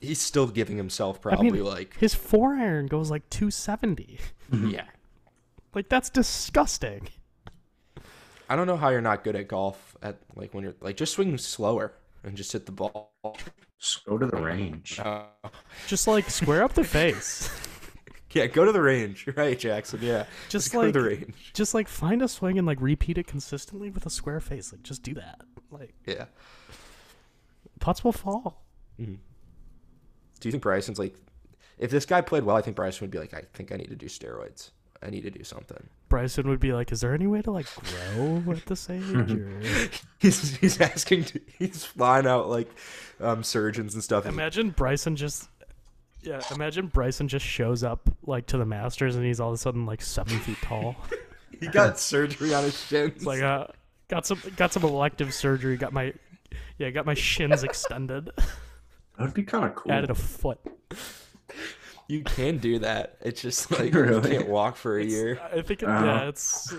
Speaker 1: he's still giving himself
Speaker 2: I mean,
Speaker 1: probably like
Speaker 2: His four iron goes like 270.
Speaker 1: yeah.
Speaker 2: Like that's disgusting.
Speaker 1: I don't know how you're not good at golf at like when you're like just swing slower and just hit the ball.
Speaker 3: Just go to the range.
Speaker 1: Uh,
Speaker 2: Just like square up the face.
Speaker 1: Yeah, go to the range. You're right, Jackson. Yeah.
Speaker 2: Just
Speaker 1: go to the
Speaker 2: like-
Speaker 1: range.
Speaker 2: Just like find a swing and like repeat it consistently with a square face. Like just do that. Like
Speaker 1: Yeah.
Speaker 2: putts will fall.
Speaker 1: Do you think Bryson's like if this guy played well, I think Bryson would be like, I think I need to do steroids. I need to do something.
Speaker 2: Bryson would be like, "Is there any way to like grow at this age?" Or...
Speaker 1: he's he's asking. To, he's flying out like um, surgeons and stuff.
Speaker 2: Imagine Bryson just. Yeah, imagine Bryson just shows up like to the Masters and he's all of a sudden like seven feet tall.
Speaker 1: he got surgery on his shins.
Speaker 2: It's like, uh, got some got some elective surgery. Got my yeah, got my shins extended.
Speaker 3: That'd be kind of cool.
Speaker 2: Added a foot.
Speaker 1: you can do that. It's just like
Speaker 3: Really?
Speaker 1: you can't walk for a
Speaker 2: It's-
Speaker 1: year.
Speaker 2: I think it,
Speaker 3: Uh-huh.
Speaker 2: yeah, it's,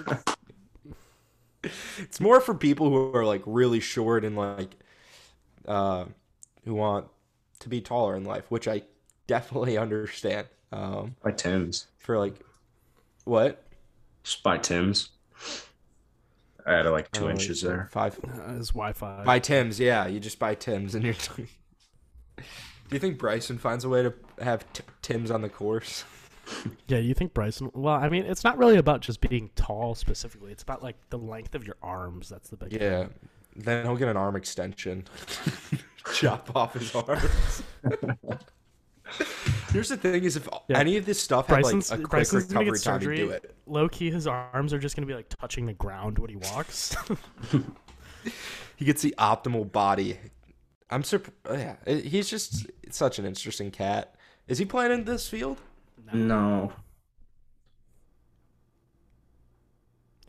Speaker 2: it's
Speaker 1: It's more for people who are like really short and like uh, who want to be taller in life, which I definitely understand. Um,
Speaker 3: By Tim's.
Speaker 1: for like what
Speaker 3: Just by Tim's. I had like two
Speaker 1: Oh,
Speaker 3: inches there.
Speaker 1: five
Speaker 2: uh, his Wi-Fi.
Speaker 1: buy Tim's. Yeah, you just buy Tim's and you're. do you think Bryson finds a way to have t- Tim's on the course?
Speaker 2: Yeah, you think Bryson? Well, I mean, it's not really about just being tall specifically. It's about like the length of your arms. That's the big.
Speaker 1: Yeah. Then he'll get an arm extension. Chop off his arms. Here's the thing: is if
Speaker 2: Yeah.
Speaker 1: any of this stuff had like
Speaker 2: Bryson's,
Speaker 1: a quick
Speaker 2: Bryson's
Speaker 1: recovery
Speaker 2: gonna get
Speaker 1: time, to
Speaker 2: surgery.
Speaker 1: do it.
Speaker 2: Low key, his arms are just gonna be like touching the ground when he walks.
Speaker 1: He gets the optimal body. I'm surprised. Yeah, it- he's just such an interesting cat. Is he playing in this field?
Speaker 3: No.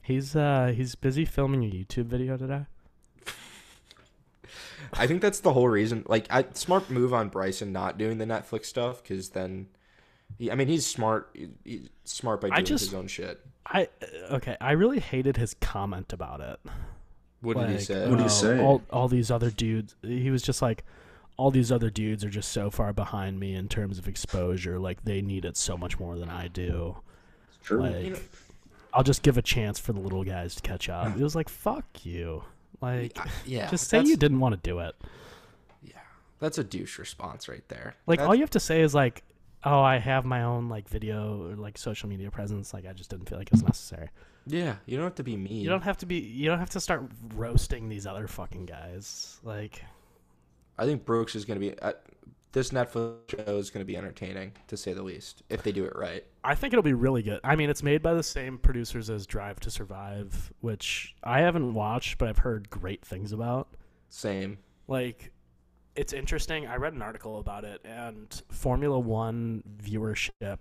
Speaker 2: he's uh he's busy filming a YouTube video today.
Speaker 1: I think that's the whole reason. Like, I, smart move on Bryson not doing the Netflix stuff because then, he, I mean, he's smart. he- he's smart by
Speaker 2: I
Speaker 1: doing
Speaker 2: just-
Speaker 1: his own shit.
Speaker 2: I okay. I really hated his comment about it.
Speaker 1: What did
Speaker 2: Like,
Speaker 1: he say?
Speaker 3: What do you
Speaker 2: oh,
Speaker 3: say?
Speaker 2: All all these other dudes. He was just like, all these other dudes are just so far behind me in terms of exposure. Like they need it so much more than I do.
Speaker 3: True.
Speaker 2: Like, I'll just give a chance for the little guys to catch up. It was like, fuck you. Like,
Speaker 1: yeah,
Speaker 2: just say
Speaker 1: that's-
Speaker 2: you didn't want to do it.
Speaker 1: That's a douche response right there.
Speaker 2: Like,
Speaker 1: That's-
Speaker 2: all you have to say is like, oh, I have my own like video or like social media presence. Like, I just didn't feel like it's necessary.
Speaker 1: yeah, you don't have to be mean.
Speaker 2: You don't have to be. You don't have to start roasting these other fucking guys. Like,
Speaker 1: I think Brooks is going to be. Uh, this Netflix show is going to be entertaining, to say the least, if they do it right.
Speaker 2: I think it'll be really good. I mean, it's made by the same producers as Drive to Survive, which I haven't watched, but I've heard great things about.
Speaker 1: Same.
Speaker 2: like it's interesting i read an article about it and formula one viewership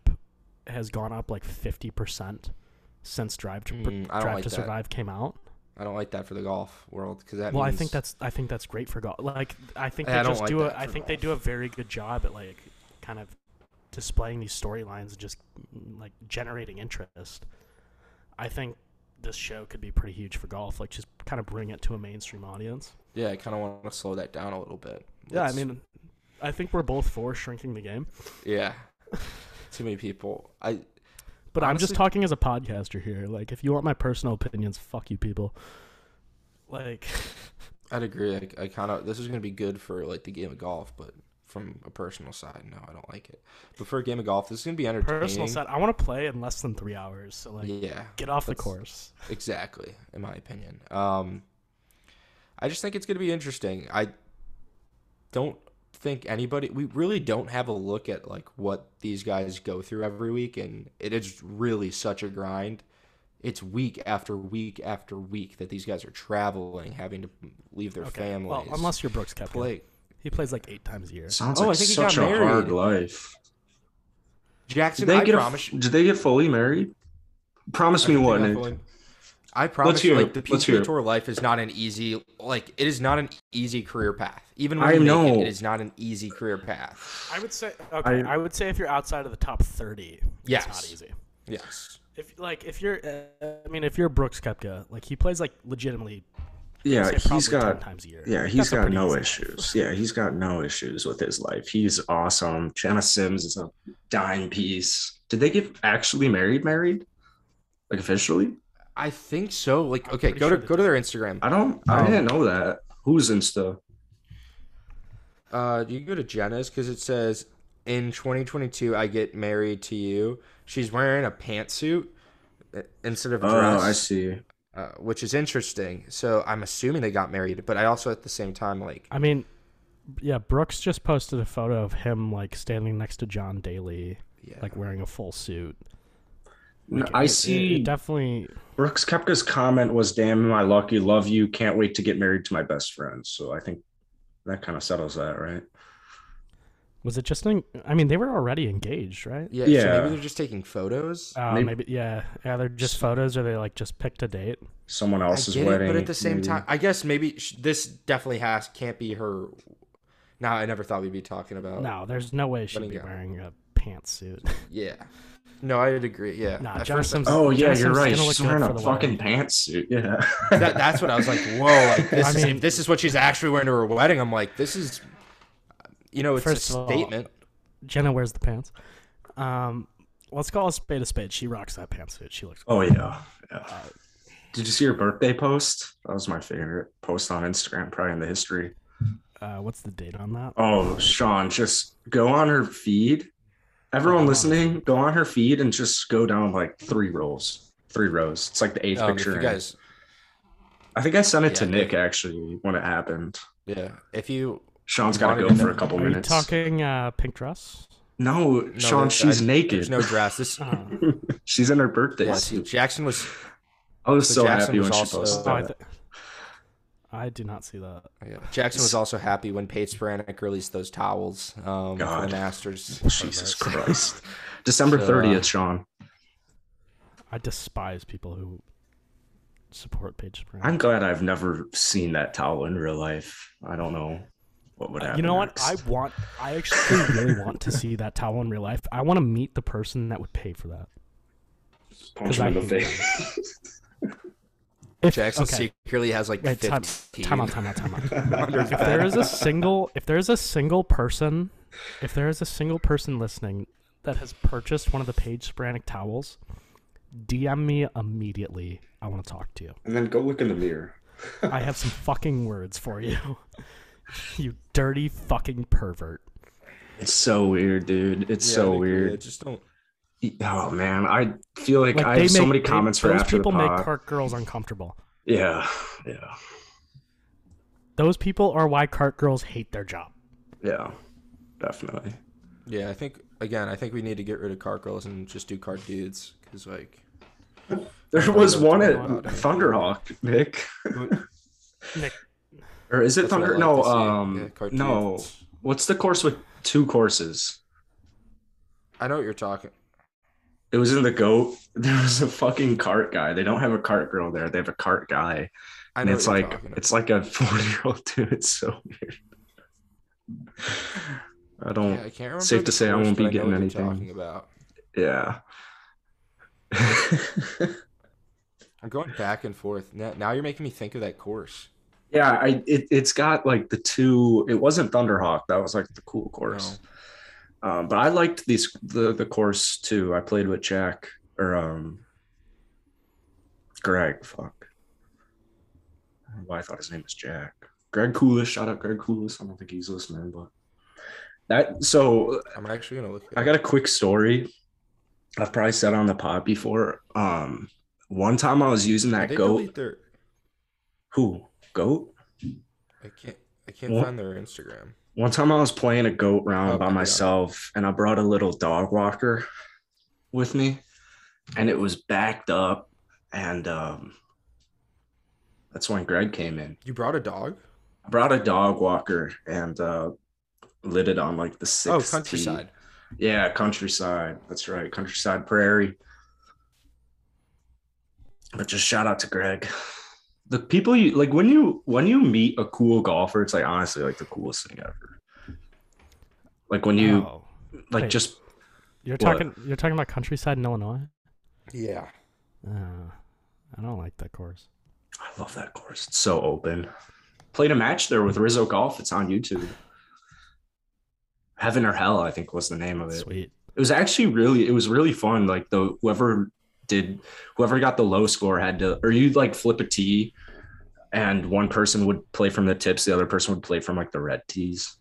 Speaker 2: has gone up like 50% since drive to
Speaker 1: Mm, I don't
Speaker 2: drive
Speaker 1: like
Speaker 2: to
Speaker 1: that.
Speaker 2: survive came out
Speaker 1: I don't like that for the golf world because that.
Speaker 2: well i
Speaker 1: means
Speaker 2: think that's i think that's great for golf like i think
Speaker 1: I
Speaker 2: they
Speaker 1: don't
Speaker 2: just
Speaker 1: like
Speaker 2: do a,
Speaker 1: that
Speaker 2: i
Speaker 1: for
Speaker 2: think they
Speaker 1: golf.
Speaker 2: do a very good job at like kind of displaying these storylines and just mm, like generating interest i think this show could be pretty huge for golf like just kind of bring it to a mainstream audience
Speaker 1: yeah. I kind of want to slow that down a little bit.
Speaker 2: yeah i
Speaker 1: Let's-
Speaker 2: mean i think we're both for shrinking the game
Speaker 1: yeah. Too many people. I
Speaker 2: But I'm just
Speaker 1: Honestly-
Speaker 2: talking as a podcaster here. Like, if you want my personal opinions, fuck you people. Like,
Speaker 1: I'd agree. I, I kind of this is gonna be good for like the game of golf, but from a personal side, no, I don't like it. But for a game of golf, this is gonna be entertaining.
Speaker 2: personal side, I want to play in less than three hours. So, like,
Speaker 1: yeah,
Speaker 2: get off the
Speaker 1: that's-
Speaker 2: course.
Speaker 1: exactly. In my opinion, um, I just think it's gonna be interesting. I don't think anybody. We really don't have a look at like what these guys go through every week, and it is really such a grind. It's week after week after week that these guys are traveling, having to leave their
Speaker 2: Okay.
Speaker 1: families.
Speaker 2: Well, unless you're Brooks Koepka.
Speaker 1: play.
Speaker 2: He plays like eight times a year.
Speaker 3: Sounds
Speaker 1: Oh,
Speaker 3: like
Speaker 1: I think he got
Speaker 3: such a hard
Speaker 1: married.
Speaker 3: life.
Speaker 1: Jackson,
Speaker 3: Did they
Speaker 1: I
Speaker 3: get
Speaker 1: promise.
Speaker 3: a, did they get fully married? Promise me one.
Speaker 1: I,
Speaker 3: Nick.
Speaker 1: I promise
Speaker 3: hear
Speaker 1: you,
Speaker 3: it.
Speaker 1: like the
Speaker 3: Let's hear
Speaker 1: PGA
Speaker 3: it.
Speaker 1: Tour life is not an easy, like it is not an easy career path. Even when
Speaker 3: I
Speaker 1: you make
Speaker 3: know.
Speaker 1: it, it is not an easy career path.
Speaker 2: I would say, okay, I,
Speaker 3: I-
Speaker 2: would say if you're outside of the top 30,
Speaker 1: Yes.
Speaker 2: it's not easy.
Speaker 1: Yes,
Speaker 2: If, like, if you're, uh, I mean, if you're Brooks Koepka, like, he plays like legitimately,
Speaker 3: Yeah,
Speaker 2: say,
Speaker 3: he's
Speaker 2: probably 10
Speaker 3: got
Speaker 2: times a year.
Speaker 3: Yeah,
Speaker 2: Like,
Speaker 3: he's
Speaker 2: that's a
Speaker 3: got
Speaker 2: pretty
Speaker 3: no
Speaker 2: easy-
Speaker 3: issues. Yeah, he's got no issues with his life. He's awesome. Jana Sims is a dime piece. Did they get actually married? Married, like officially?
Speaker 1: I think so. Like,
Speaker 2: I'm
Speaker 1: okay,
Speaker 2: pretty
Speaker 1: go
Speaker 2: sure
Speaker 1: to
Speaker 2: they
Speaker 1: go to their Instagram.
Speaker 3: I don't. I
Speaker 1: Um,
Speaker 3: didn't know that. Who's Insta?
Speaker 1: Uh, you can go to Jenna's because it says in 2022 I get married to you. She's wearing a pantsuit uh, instead of a dress.
Speaker 3: Oh, I see.
Speaker 1: Uh, which is interesting. So I'm assuming they got married, but I also at the same time like
Speaker 2: I mean, yeah, Brooks just posted a photo of him, like, standing next to John Daly.
Speaker 1: yeah.
Speaker 2: like wearing a full suit. Like,
Speaker 3: I
Speaker 2: it- it-
Speaker 3: see-
Speaker 2: it definitely
Speaker 3: Brooks Kepka's comment was, "Damn, I lucky, love you, can't wait to get married to my best friend." So I think that kind of settles that, right?
Speaker 2: was it just. An, I mean, they were already engaged, right?
Speaker 1: Yeah, So
Speaker 3: Yeah.
Speaker 1: maybe they're just taking photos.
Speaker 2: Uh,
Speaker 3: Maybe-
Speaker 2: maybe, yeah, yeah. They're just photos, or they like just picked a date.
Speaker 3: Someone
Speaker 1: I
Speaker 3: else's
Speaker 1: get it,
Speaker 3: wedding,
Speaker 1: but at the same
Speaker 3: maybe.
Speaker 1: time, I guess maybe sh- this definitely has can't be her. Now I never thought we'd be talking about.
Speaker 2: No, there's no way
Speaker 1: But
Speaker 2: she'd be
Speaker 1: yeah.
Speaker 2: wearing a pantsuit.
Speaker 1: Yeah. No, I'd agree. Yeah.
Speaker 2: Nah,
Speaker 1: At
Speaker 2: John
Speaker 1: first,
Speaker 2: Sims-
Speaker 3: Oh yeah,
Speaker 2: Jenna
Speaker 3: you're
Speaker 2: Simpson's
Speaker 3: right.
Speaker 2: gonna look
Speaker 3: She's
Speaker 2: good
Speaker 3: wearing
Speaker 2: for
Speaker 3: a
Speaker 2: the
Speaker 3: fucking pantsuit. Yeah,
Speaker 1: that, that's what I was like. Whoa! Like this
Speaker 2: I
Speaker 1: is
Speaker 2: mean-
Speaker 1: if this is what she's actually wearing to her wedding. I'm like, this is. You know, it's
Speaker 2: First
Speaker 1: a
Speaker 2: of all-
Speaker 1: statement.
Speaker 2: Jenna wears the pants. Um, let's call a spade a spade. She rocks that pantsuit. She looks.
Speaker 3: Oh yeah. yeah. Did you see her birthday post? That was my favorite post on Instagram, probably in the history.
Speaker 2: Uh, what's the date on that?
Speaker 3: Oh, Sean, just go on her feed. Everyone
Speaker 2: Oh.
Speaker 3: listening, go on her feed and just go down like three rows. Three rows. It's like the eighth
Speaker 1: Um, if
Speaker 3: picture.
Speaker 1: you
Speaker 3: in.
Speaker 1: guys,
Speaker 3: I think I sent it to
Speaker 1: Yeah,
Speaker 3: Nick actually when it happened.
Speaker 1: yeah, if you
Speaker 3: Sean's got to
Speaker 1: Wanted
Speaker 3: go
Speaker 1: to
Speaker 3: for
Speaker 1: know.
Speaker 3: a couple
Speaker 2: Are you
Speaker 3: minutes.
Speaker 2: talking uh, pink dress?
Speaker 3: no,
Speaker 1: no,
Speaker 3: Sean,
Speaker 1: there's-
Speaker 3: she's
Speaker 1: I-
Speaker 3: naked.
Speaker 1: There's no dress. This.
Speaker 2: Uh,
Speaker 3: she's in her birthday
Speaker 1: Yeah, see,
Speaker 3: suit.
Speaker 1: Jackson was.
Speaker 3: I was
Speaker 1: so
Speaker 3: so
Speaker 1: Jackson
Speaker 3: happy
Speaker 1: was
Speaker 3: when she
Speaker 1: also-
Speaker 3: posted
Speaker 2: oh, I,
Speaker 3: that.
Speaker 2: th- I do not see that.
Speaker 1: oh, yeah, Jackson was also happy when Paige Sporanic released those towels um, for the
Speaker 3: God.
Speaker 1: Masters.
Speaker 3: Oh, Jesus Christ. December
Speaker 1: So, uh,
Speaker 3: 30th, Sean.
Speaker 2: I despise people who support Paige Spring.
Speaker 3: I'm glad I've never seen that towel in real life. I don't know what would happen.
Speaker 2: Uh, you know what?
Speaker 3: next.
Speaker 2: I want. I actually really want to see that towel in real life. I want to meet the person that would pay for that.
Speaker 3: punch
Speaker 2: 'cause
Speaker 3: him
Speaker 2: I
Speaker 3: in the
Speaker 2: hate
Speaker 3: face.
Speaker 2: If,
Speaker 1: Jackson
Speaker 2: okay.
Speaker 1: secretly has like
Speaker 2: Wait, time,
Speaker 1: 15.
Speaker 2: time out, time out, time out. if there is a single, if there is a single person, if there is a single person listening that has purchased one of the Paige Sporanic towels, DM me immediately. I want to talk to you.
Speaker 3: And then go look in the mirror.
Speaker 2: I have some fucking words for you. you dirty fucking pervert.
Speaker 3: It's so weird, dude. It's
Speaker 1: Yeah,
Speaker 3: so
Speaker 1: I'd agree. I
Speaker 3: weird.
Speaker 1: just don't.
Speaker 3: Oh man, I feel like, I
Speaker 2: they
Speaker 3: have so
Speaker 2: make-
Speaker 3: many
Speaker 2: they-
Speaker 3: comments for
Speaker 2: those
Speaker 3: after the
Speaker 2: people make
Speaker 3: pod.
Speaker 2: cart girls uncomfortable.
Speaker 3: yeah, yeah,
Speaker 2: Those people are why cart girls hate their job.
Speaker 3: yeah, definitely.
Speaker 1: Yeah, I think again, I think we need to get rid of cart girls and just do cart dudes because like
Speaker 3: There
Speaker 1: don't
Speaker 3: was
Speaker 1: know
Speaker 3: one
Speaker 1: what's
Speaker 3: at
Speaker 1: going on out there.
Speaker 3: Thunderhawk, Nick,
Speaker 2: Nick,
Speaker 3: or is it
Speaker 1: That's what I
Speaker 3: Thunder?
Speaker 1: like
Speaker 3: no,
Speaker 1: to see. Yeah,
Speaker 3: um,
Speaker 1: cart
Speaker 3: no.
Speaker 1: dudes.
Speaker 3: What's the course with two courses?
Speaker 1: I know what you're talking.
Speaker 3: It was in the goat. There was a fucking cart guy. They don't have a cart girl there. They have a cart guy,
Speaker 1: I
Speaker 3: and
Speaker 1: know
Speaker 3: it's
Speaker 1: what you're
Speaker 3: like
Speaker 1: talking
Speaker 3: it's like a forty year old dude. It's so weird. I
Speaker 1: about. Yeah,
Speaker 3: don't.
Speaker 1: I can't remember.
Speaker 3: safe to
Speaker 1: the
Speaker 3: say I
Speaker 1: course,
Speaker 3: won't be
Speaker 1: but know
Speaker 3: getting
Speaker 1: what you're
Speaker 3: anything.
Speaker 1: Talking about.
Speaker 3: Yeah.
Speaker 1: I'm going back and forth. Now, now you're making me think of that course.
Speaker 3: yeah, I it, it's got like the two it wasn't Thunderhawk, that was like the cool course. Um, but I liked these the the course too. I played with Jack or um Greg, fuck. I don't know why I thought his name was Jack. Greg Coolest, shout out Greg Coolest. I don't think he's listening, but that so
Speaker 1: I'm actually gonna look. it
Speaker 3: I
Speaker 1: up.
Speaker 3: got a quick story. I've probably said on the pod before. Um, one time I was using
Speaker 1: Did
Speaker 3: that
Speaker 1: they
Speaker 3: goat.
Speaker 1: delete their-
Speaker 3: Who goat?
Speaker 1: I can't. I can't
Speaker 3: What?
Speaker 1: find their Instagram.
Speaker 3: One time I was playing a goat round
Speaker 1: Oh,
Speaker 3: by
Speaker 1: yeah.
Speaker 3: myself, and I brought a little dog walker with me, and it was backed up, and um, that's when Greg came in.
Speaker 1: You brought a dog?
Speaker 3: I brought a dog walker and uh, lit it on like the
Speaker 1: oh,
Speaker 3: sixth. tee.
Speaker 1: countryside.
Speaker 3: Yeah, countryside. That's right, countryside prairie. But just shout out to Greg. The people you like when you when you meet a cool golfer, it's like honestly like the coolest thing ever. Like when you
Speaker 2: oh.
Speaker 3: like
Speaker 2: wait.
Speaker 3: just
Speaker 2: you're
Speaker 3: what?
Speaker 2: talking, you're talking about countryside in Illinois.
Speaker 1: Yeah.
Speaker 2: Uh, I don't like that course.
Speaker 3: I love that course. It's so open. Played a match there with Rizzo Golf. It's on YouTube. Heaven or Hell, I think was the name of it.
Speaker 2: Sweet.
Speaker 3: It was actually really it was really fun. Like the whoever did whoever got the low score had to or you'd like flip a tee and one person would play from the tips, the other person would play from like the red tees.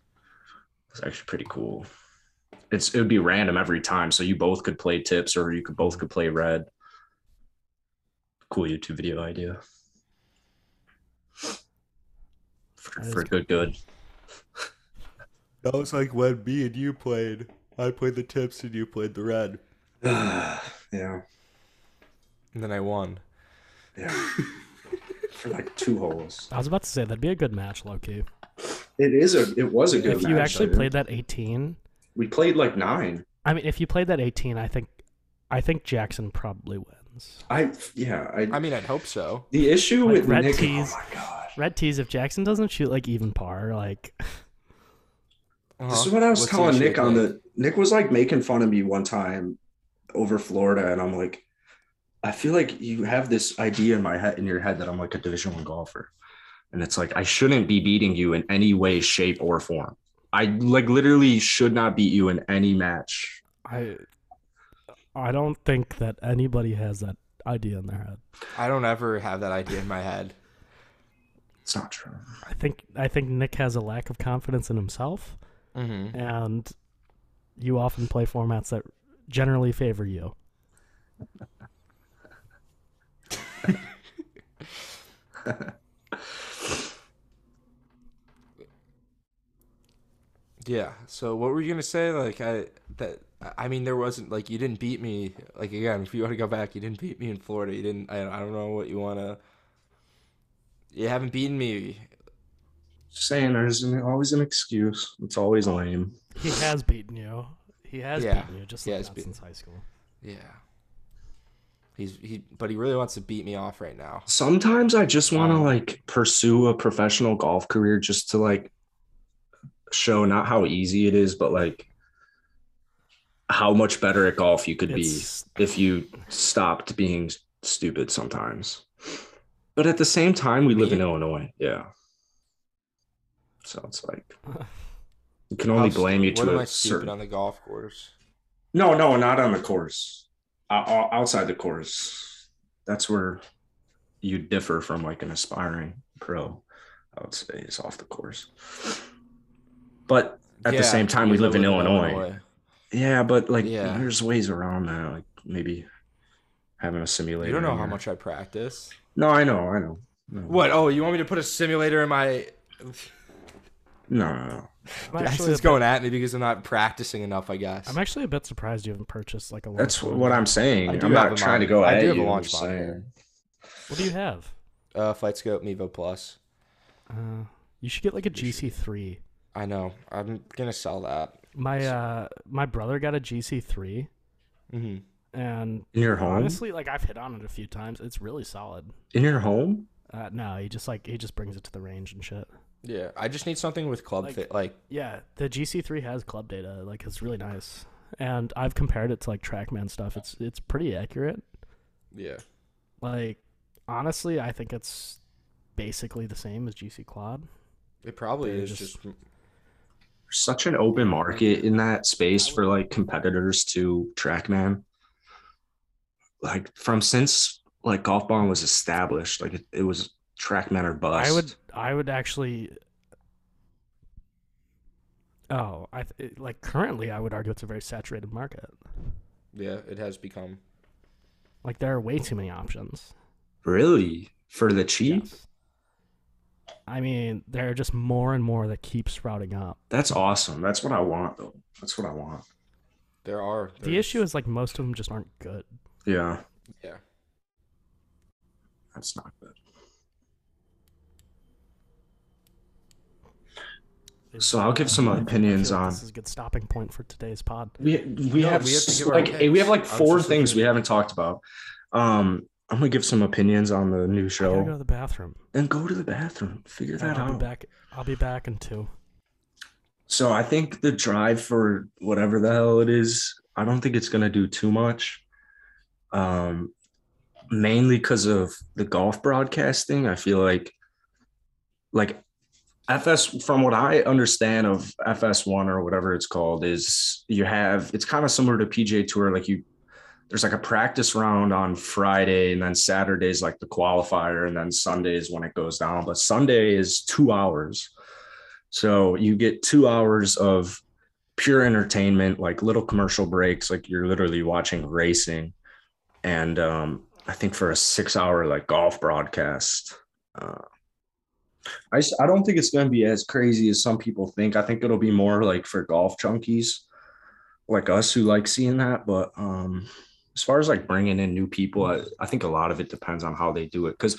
Speaker 3: It's actually pretty cool. It's it would be random every time. So you both could play tips or you could both could play red. Cool YouTube video idea. For,
Speaker 2: That is
Speaker 3: for good good.
Speaker 1: That was like when me and you played. I played the tips and you played the red.
Speaker 3: yeah.
Speaker 1: And then I won.
Speaker 3: Yeah. For like two holes.
Speaker 2: I was about to say that'd be a good match, Loki.
Speaker 3: It is a. It was a good.
Speaker 2: If you
Speaker 3: match,
Speaker 2: actually
Speaker 3: though.
Speaker 2: played that 18,
Speaker 3: we played like nine.
Speaker 2: I mean, if you played that 18, I think, I think Jackson probably wins.
Speaker 3: I yeah. I,
Speaker 1: I mean, I'd hope so.
Speaker 3: the issue
Speaker 2: Like
Speaker 3: with
Speaker 2: red
Speaker 3: Nick.
Speaker 2: tees.
Speaker 3: Oh my god.
Speaker 2: Red tees. If Jackson doesn't shoot like even par, like
Speaker 1: Uh-huh.
Speaker 3: This is what I was
Speaker 1: What's the
Speaker 3: telling
Speaker 1: issue
Speaker 3: Nick
Speaker 1: with
Speaker 3: on the. Nick was like making fun of me one time over Florida, and I'm like, I feel like you have this idea in my head, in your head, that I'm like a Division One golfer, and it's like I shouldn't be beating you in any way, shape, or form. I like literally should not beat you in any match.
Speaker 2: I, I don't think that anybody has that idea in their head.
Speaker 1: I don't ever have that idea in my head.
Speaker 3: It's not true.
Speaker 2: I think I think Nick has a lack of confidence in himself,
Speaker 1: Mm-hmm.
Speaker 2: and you often play formats that generally favor you.
Speaker 1: Yeah. So what were you gonna say? Like I that I mean, there wasn't like you didn't beat me. Like again, if you want to go back, you didn't beat me in Florida. You didn't. I, I don't know what you wanna. You haven't beaten me.
Speaker 3: Just saying, there's an- always an excuse. It's always lame.
Speaker 2: He has beaten you. He has
Speaker 1: Yeah.
Speaker 2: beaten you just
Speaker 1: He
Speaker 2: like
Speaker 1: has
Speaker 2: that
Speaker 1: beaten-
Speaker 2: since high school.
Speaker 1: Yeah. He's he, but he really wants to beat me off right now.
Speaker 3: Sometimes I just want to
Speaker 1: Wow.
Speaker 3: like pursue a professional golf career just to like show not how easy it is, but like how much better at golf you could
Speaker 2: It's
Speaker 3: be if you stopped being stupid sometimes. But at the same time, we live in
Speaker 1: Me?
Speaker 3: Illinois. Yeah. So it's like you can only
Speaker 1: How
Speaker 3: blame you
Speaker 1: stupid-
Speaker 3: to
Speaker 1: What am
Speaker 3: a
Speaker 1: I stupid
Speaker 3: certain
Speaker 1: on the golf course?
Speaker 3: No, no, not on the course. O- o- outside the course, that's where you differ from like an aspiring pro. I would say is off the course. But at
Speaker 1: Yeah,
Speaker 3: the same time, we live in Illinois. Yeah, but like
Speaker 1: Yeah.
Speaker 3: there's ways around that. Like maybe having a simulator.
Speaker 1: You don't know
Speaker 3: in
Speaker 1: how
Speaker 3: there.
Speaker 1: much I practice.
Speaker 3: No, I know, I know. No,
Speaker 1: What? Oh, you want me to put a simulator in my?
Speaker 3: No, no, no.
Speaker 2: I'm actually, a
Speaker 1: Jackson's
Speaker 2: bit,
Speaker 1: going at me because I'm not practicing enough. I guess.
Speaker 2: I'm actually a bit surprised you haven't purchased like a.
Speaker 3: That's
Speaker 2: launch
Speaker 3: what
Speaker 2: monitor.
Speaker 3: I'm saying.
Speaker 1: I do
Speaker 3: I'm
Speaker 1: have
Speaker 3: not
Speaker 1: a
Speaker 3: trying to
Speaker 1: monitor.
Speaker 3: go
Speaker 1: I
Speaker 3: at
Speaker 1: do have a
Speaker 3: you. I'm
Speaker 1: launch
Speaker 3: saying.
Speaker 1: monitor.
Speaker 2: What do you have?
Speaker 1: Uh, FlightScope Mevo Plus.
Speaker 2: Uh, you should get like a GC3.
Speaker 1: I know. I'm gonna sell that.
Speaker 2: My uh, my brother got a GC3,
Speaker 1: hmm
Speaker 2: and
Speaker 3: In your home?
Speaker 2: honestly, like I've hit on it a few times. It's really solid.
Speaker 3: In your home?
Speaker 2: Uh, no, he just like he just brings it to the range and shit.
Speaker 1: Yeah, I just need something with club
Speaker 2: Like-
Speaker 1: fit. Like,
Speaker 2: Yeah, the GC3 has club data. Like it's really nice, and I've compared it to like TrackMan stuff. It's it's pretty accurate.
Speaker 1: yeah,
Speaker 2: Like honestly, I think it's basically the same as GC Quad.
Speaker 1: it probably
Speaker 2: They're
Speaker 1: is
Speaker 2: just-
Speaker 1: just.
Speaker 3: such an open market in that space for like competitors to TrackMan. Like from since like golf ball was established, like it, it was TrackMan or bust.
Speaker 2: I would I would actually. Oh, I th- it- like currently I would argue it's a very saturated market.
Speaker 1: Yeah, it has become.
Speaker 2: Like there are way too many options.
Speaker 3: really for the cheap.
Speaker 2: Yes. I mean, there are just more and more that keep sprouting up.
Speaker 3: That's awesome. That's what I want though. That's what I want.
Speaker 1: There are.
Speaker 2: The issue is like most of them just aren't good.
Speaker 3: Yeah,
Speaker 1: Yeah.
Speaker 3: that's not good.
Speaker 2: Is-
Speaker 3: So I'll give some
Speaker 2: I feel
Speaker 3: opinions
Speaker 2: like
Speaker 3: on-
Speaker 2: This is a good stopping point for today's pod.
Speaker 3: We we
Speaker 1: No,
Speaker 3: have,
Speaker 1: we have to
Speaker 3: s-
Speaker 1: give our
Speaker 3: like we have like
Speaker 1: picks. I was
Speaker 3: four
Speaker 1: just
Speaker 3: things
Speaker 1: looking-
Speaker 3: we haven't talked about. Um, I'm gonna give some opinions on the new
Speaker 2: I gotta go to
Speaker 3: show
Speaker 2: the bathroom.
Speaker 3: and go to the bathroom. Figure that
Speaker 2: I'll
Speaker 3: out.
Speaker 2: be back. I'll be back in two.
Speaker 3: So I think the drive for whatever the hell it is, I don't think it's gonna do too much. Um, mainly because of the golf broadcasting. I feel like, like FS, from what I understand of FS1 or whatever it's called, is you have it's kind of similar to PJ Tour. Like you, there's like a practice round on Friday, and then Saturday's like the qualifier, and then Sunday is when it goes down. But Sunday is two hours. So you get two hours of pure entertainment, like little commercial breaks, like you're literally watching racing. And um, I think for a six hour like golf broadcast, uh, I, s- I don't think it's going to be as crazy as some people think. I think it'll be more like for golf junkies like us who like seeing that. But um, as far as like bringing in new people, I, I think a lot of it depends on how they do it. Because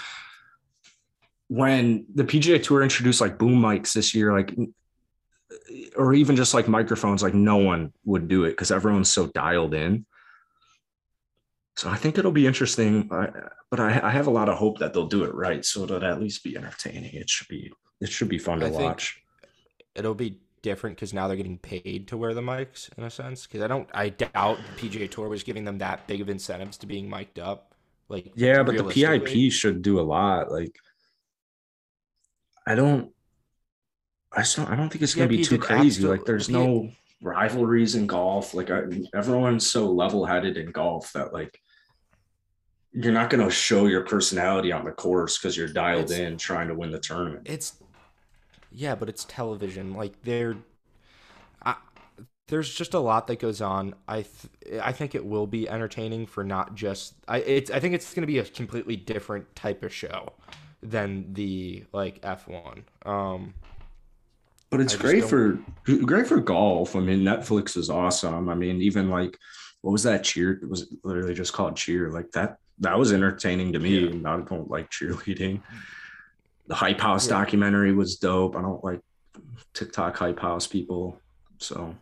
Speaker 3: when the PGA Tour introduced like boom mics this year, like or even just like microphones, like no one would do it because everyone's so dialed in. So I think it'll be interesting, I- but I, I have a lot of hope that they'll do it right, so it'll at least be entertaining. It should be it should be fun to
Speaker 1: I think-
Speaker 3: watch.
Speaker 1: It'll be different because now they're getting paid to wear the mics in a sense. Because I don't, I doubt the PGA Tour was giving them that big of incentives to being mic'd up. Like
Speaker 3: Yeah, but the
Speaker 1: realistically.
Speaker 3: PIP should do a lot. Like I don't, I just don't. I don't think it's gonna be
Speaker 1: PIP
Speaker 3: too
Speaker 1: did
Speaker 3: crazy.
Speaker 1: absolute-
Speaker 3: Like there's
Speaker 1: the P-
Speaker 3: no rivalries in golf. Like I, everyone's so level-headed in golf that like you're not gonna show your personality on the course because you're dialed
Speaker 1: It's-
Speaker 3: in trying to win the tournament.
Speaker 1: it's yeah but it's television like they're I, there's just a lot that goes on i th- i think it will be entertaining for not just i it's i think it's going to be a completely different type of show than the like f1 um
Speaker 3: But it's
Speaker 1: I just
Speaker 3: great for great for golf. I mean, Netflix is awesome. I mean, even like what was that cheer? It was literally just called cheer. Like that that was entertaining to me.
Speaker 1: Yeah.
Speaker 3: I don't like cheerleading. The hype house
Speaker 1: Yeah.
Speaker 3: documentary was dope. I don't like TikTok hype house people. So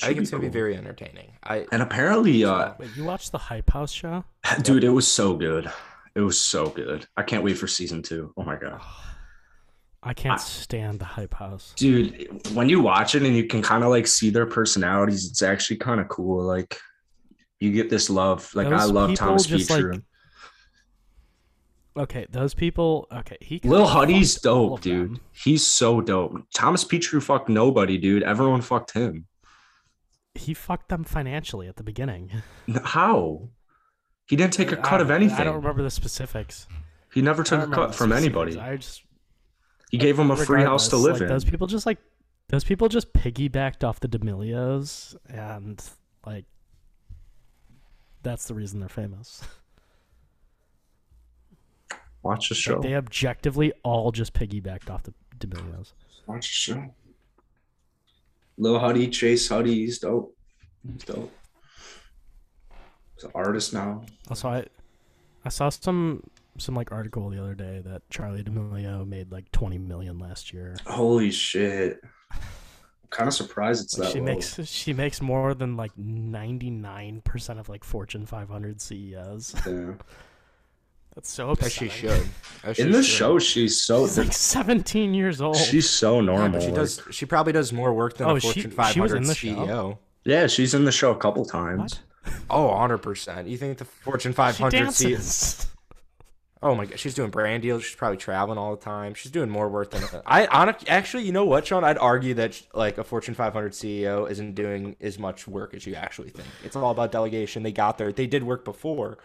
Speaker 1: i think
Speaker 3: should
Speaker 1: it's going to
Speaker 3: cool.
Speaker 1: be very entertaining i
Speaker 3: and apparently uh
Speaker 2: Wait, you watched the Hype House show?
Speaker 1: uh,
Speaker 3: dude, it was so good. It was so good. I can't wait for season two. Oh my god.
Speaker 2: I can't
Speaker 3: I-
Speaker 2: stand the Hype House.
Speaker 3: dude when you watch it and you can kind of like see their personalities it's actually kind of cool like you get this love like i
Speaker 2: Those
Speaker 3: love
Speaker 2: people
Speaker 3: thomas
Speaker 2: just, like,
Speaker 3: petrie
Speaker 2: Okay, those people. Okay, he.
Speaker 3: lil
Speaker 2: kinda
Speaker 3: huddy's
Speaker 2: fucked all
Speaker 3: dope
Speaker 2: of
Speaker 3: dude
Speaker 2: them.
Speaker 3: he's so dope thomas petrie fucked nobody dude everyone fucked him
Speaker 2: He fucked them financially at the beginning.
Speaker 3: N- how he didn't take a
Speaker 2: I
Speaker 3: cut of
Speaker 2: don't-
Speaker 3: anything
Speaker 2: I don't remember the specifics.
Speaker 3: he never
Speaker 2: I
Speaker 3: took a
Speaker 2: don't remember
Speaker 3: cut
Speaker 2: the
Speaker 3: from
Speaker 2: specifics.
Speaker 3: anybody
Speaker 2: I just
Speaker 3: he gave him a free house to live
Speaker 2: regardless, like,
Speaker 3: in
Speaker 2: Those people just like those people just piggybacked off the D'Amelios, and like that's the reason they're famous.
Speaker 3: watch the show
Speaker 2: Like, they objectively all just piggybacked off the D'Amelios.
Speaker 3: watch the show lil huddy chase huddy he's dope he's dope he's an artist now
Speaker 2: Also, I I saw some some like article the other day that Charlie D'Amelio made like twenty million last year.
Speaker 3: Holy shit. I'm kind of surprised it's
Speaker 2: Like,
Speaker 3: that
Speaker 2: she
Speaker 3: low.
Speaker 2: makes she makes more than like ninety nine percent of like Fortune five hundred CEOs.
Speaker 3: Yeah.
Speaker 2: That's so
Speaker 1: as she
Speaker 2: upsetting.
Speaker 1: should As she
Speaker 3: In this
Speaker 1: should.
Speaker 3: show, she's so
Speaker 2: She's like Oh, seventeen years old.
Speaker 3: she's so
Speaker 1: yeah,
Speaker 3: normal.
Speaker 1: but she
Speaker 3: like-
Speaker 1: does she probably does more work than
Speaker 2: Oh,
Speaker 1: a
Speaker 2: she-
Speaker 1: fortune
Speaker 2: she was
Speaker 1: 500
Speaker 2: in the show?
Speaker 1: ceo
Speaker 3: yeah, she's in the show a couple times.
Speaker 2: What?
Speaker 1: E oh 100% you think the fortune
Speaker 2: She
Speaker 1: 500 CEO
Speaker 2: dances.
Speaker 1: Oh my god, she's doing brand deals. She's probably traveling all the time. She's doing more work than I. Honestly, actually, you know what, Sean? I'd argue that like a Fortune 500 CEO E isn't doing as much work as you actually think. It's all about delegation. They got there. They did work before,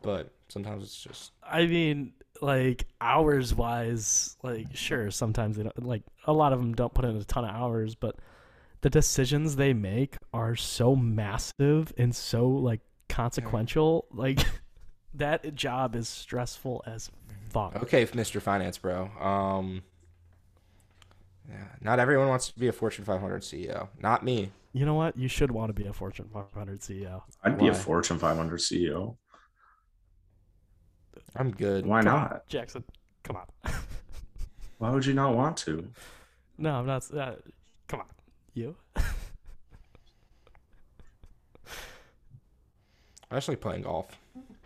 Speaker 1: but sometimes it's just
Speaker 2: I mean, like hours wise, like sure, sometimes they don't. Like a lot of them don't put in a ton of hours, but the decisions they make are so massive and so like consequential. Like that job is stressful as fuck.
Speaker 1: okay, Mr. Finance Bro. Um, yeah, not everyone wants to be a Fortune 500 CEO. E Not me.
Speaker 2: You know what? You should want to be a Fortune 500 CEO.
Speaker 3: I'd be a
Speaker 1: Why?
Speaker 3: Fortune 500 CEO.
Speaker 1: I'm good.
Speaker 3: Why not?
Speaker 2: Jackson, come on.
Speaker 3: Why would you not want to?
Speaker 2: no, I'm not. Uh, come on, you.
Speaker 1: I'm actually playing golf.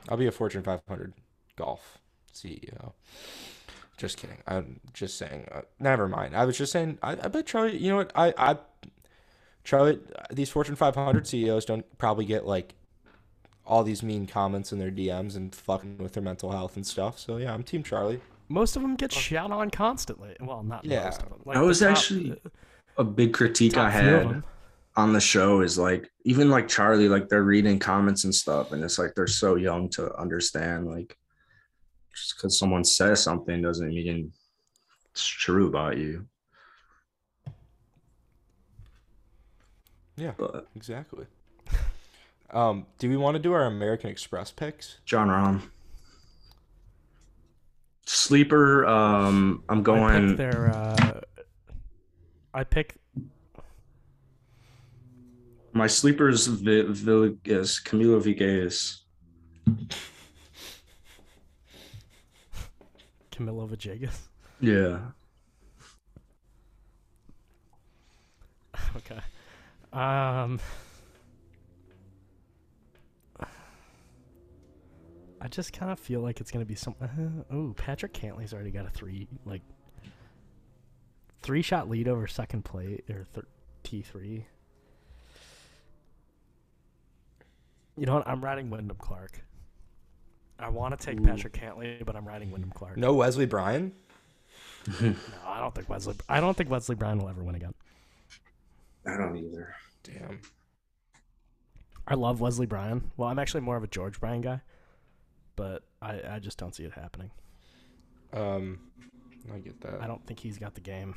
Speaker 1: I'll be a Fortune 500 golf CEO. Just kidding. I'm just saying. Uh, never mind. I was just saying. I, I bet Charlie. You know what? I I Charlie. These Fortune 500 CEOs E don't probably get like all these mean comments in their DMs and fucking with their mental health and stuff. So yeah, I'm Team Charlie.
Speaker 2: Most of them get shot on constantly. Well, not
Speaker 1: Yeah.
Speaker 2: most of them. Like,
Speaker 3: I
Speaker 2: the
Speaker 3: was
Speaker 2: top-
Speaker 3: actually a big critique I
Speaker 2: top few of
Speaker 3: had.
Speaker 2: 'em.
Speaker 3: on the show is like even like Charlie, like they're reading comments and stuff, and it's like they're so young to understand. Like just because someone says something doesn't mean it's true about you.
Speaker 1: Yeah.
Speaker 3: But
Speaker 1: Exactly. Um, do we want to do our American Express picks?
Speaker 3: John Rahm. Sleeper, um, I'm
Speaker 2: I
Speaker 3: going
Speaker 2: pick their. Uh, I pick.
Speaker 3: My sleeper's Vi- Villegas, Camilo Villegas.
Speaker 2: Camilo Vajegas.
Speaker 3: Yeah.
Speaker 2: okay. Um. I just kind of feel like it's gonna be some. Uh, ooh, Patrick Cantley's already got a three like three shot lead over second plate or T three. You know what? I'm riding Wyndham Clark. I want to take
Speaker 3: Ooh.
Speaker 2: Patrick Cantley, but I'm riding Wyndham Clark.
Speaker 1: No Wesley Bryan.
Speaker 2: No, I don't think Wesley. I don't think Wesley Brown will ever win again.
Speaker 3: I don't either.
Speaker 1: Damn.
Speaker 2: I love Wesley Bryan. Well, I'm actually more of a George Bryan guy, but I, I just don't see it happening.
Speaker 1: Um, I get that.
Speaker 2: I don't think he's got the game.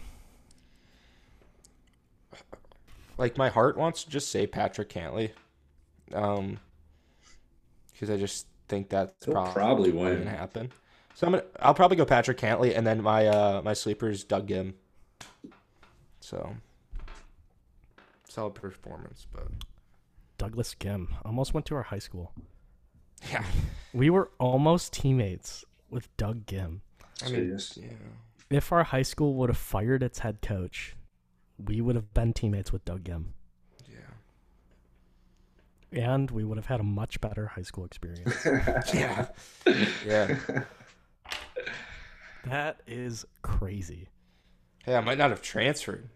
Speaker 1: like my heart wants to just say Patrick Cantley, um, because I just think that's
Speaker 3: He'll
Speaker 1: probably,
Speaker 3: probably win.
Speaker 1: gonna happen. So I'm gonna, I'll probably go Patrick Cantley, and then my uh my sleepers Doug Gim. So solid performance, but
Speaker 2: Douglas Gim almost went to our high school.
Speaker 1: yeah,
Speaker 2: We were almost teammates with Doug Gim.
Speaker 1: I mean,
Speaker 3: Serious.
Speaker 1: yeah,
Speaker 2: If our high school would have fired its head coach, we would have been teammates with Doug Gim,
Speaker 1: yeah,
Speaker 2: and we would have had a much better high school experience.
Speaker 1: yeah, yeah.
Speaker 2: that is crazy.
Speaker 1: Hey, I might not have transferred.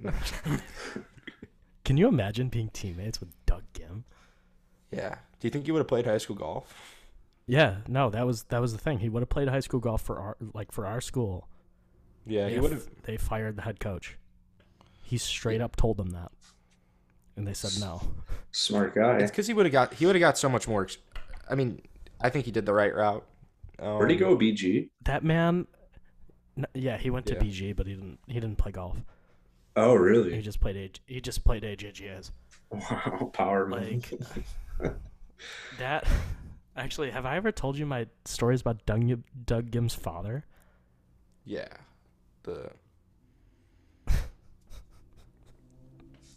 Speaker 2: Can you imagine being teammates with Doug Gim?
Speaker 1: yeah. Do you think you would have played high school golf?
Speaker 2: Yeah, no, that was that was the thing. He would have played high school golf for our like for our school.
Speaker 1: Yeah, he
Speaker 2: if
Speaker 1: would have.
Speaker 2: They fired the head coach. He straight up told them that, and they said no.
Speaker 3: Smart guy.
Speaker 1: It's because he would have got he would have got so much more. Ex- I mean, I think he did the right route. Um,
Speaker 3: Where'd he go, BG?
Speaker 2: That man, n- yeah, he went to
Speaker 1: Yeah.
Speaker 2: BG, but he didn't. He didn't play golf.
Speaker 3: Oh,
Speaker 2: He
Speaker 3: really?
Speaker 2: just played. A, he just played AJGAs.
Speaker 3: Wow, power move.
Speaker 2: Like that. Actually, have I ever told you my stories about Doug, Gim- Doug Gim's father?
Speaker 1: Yeah, the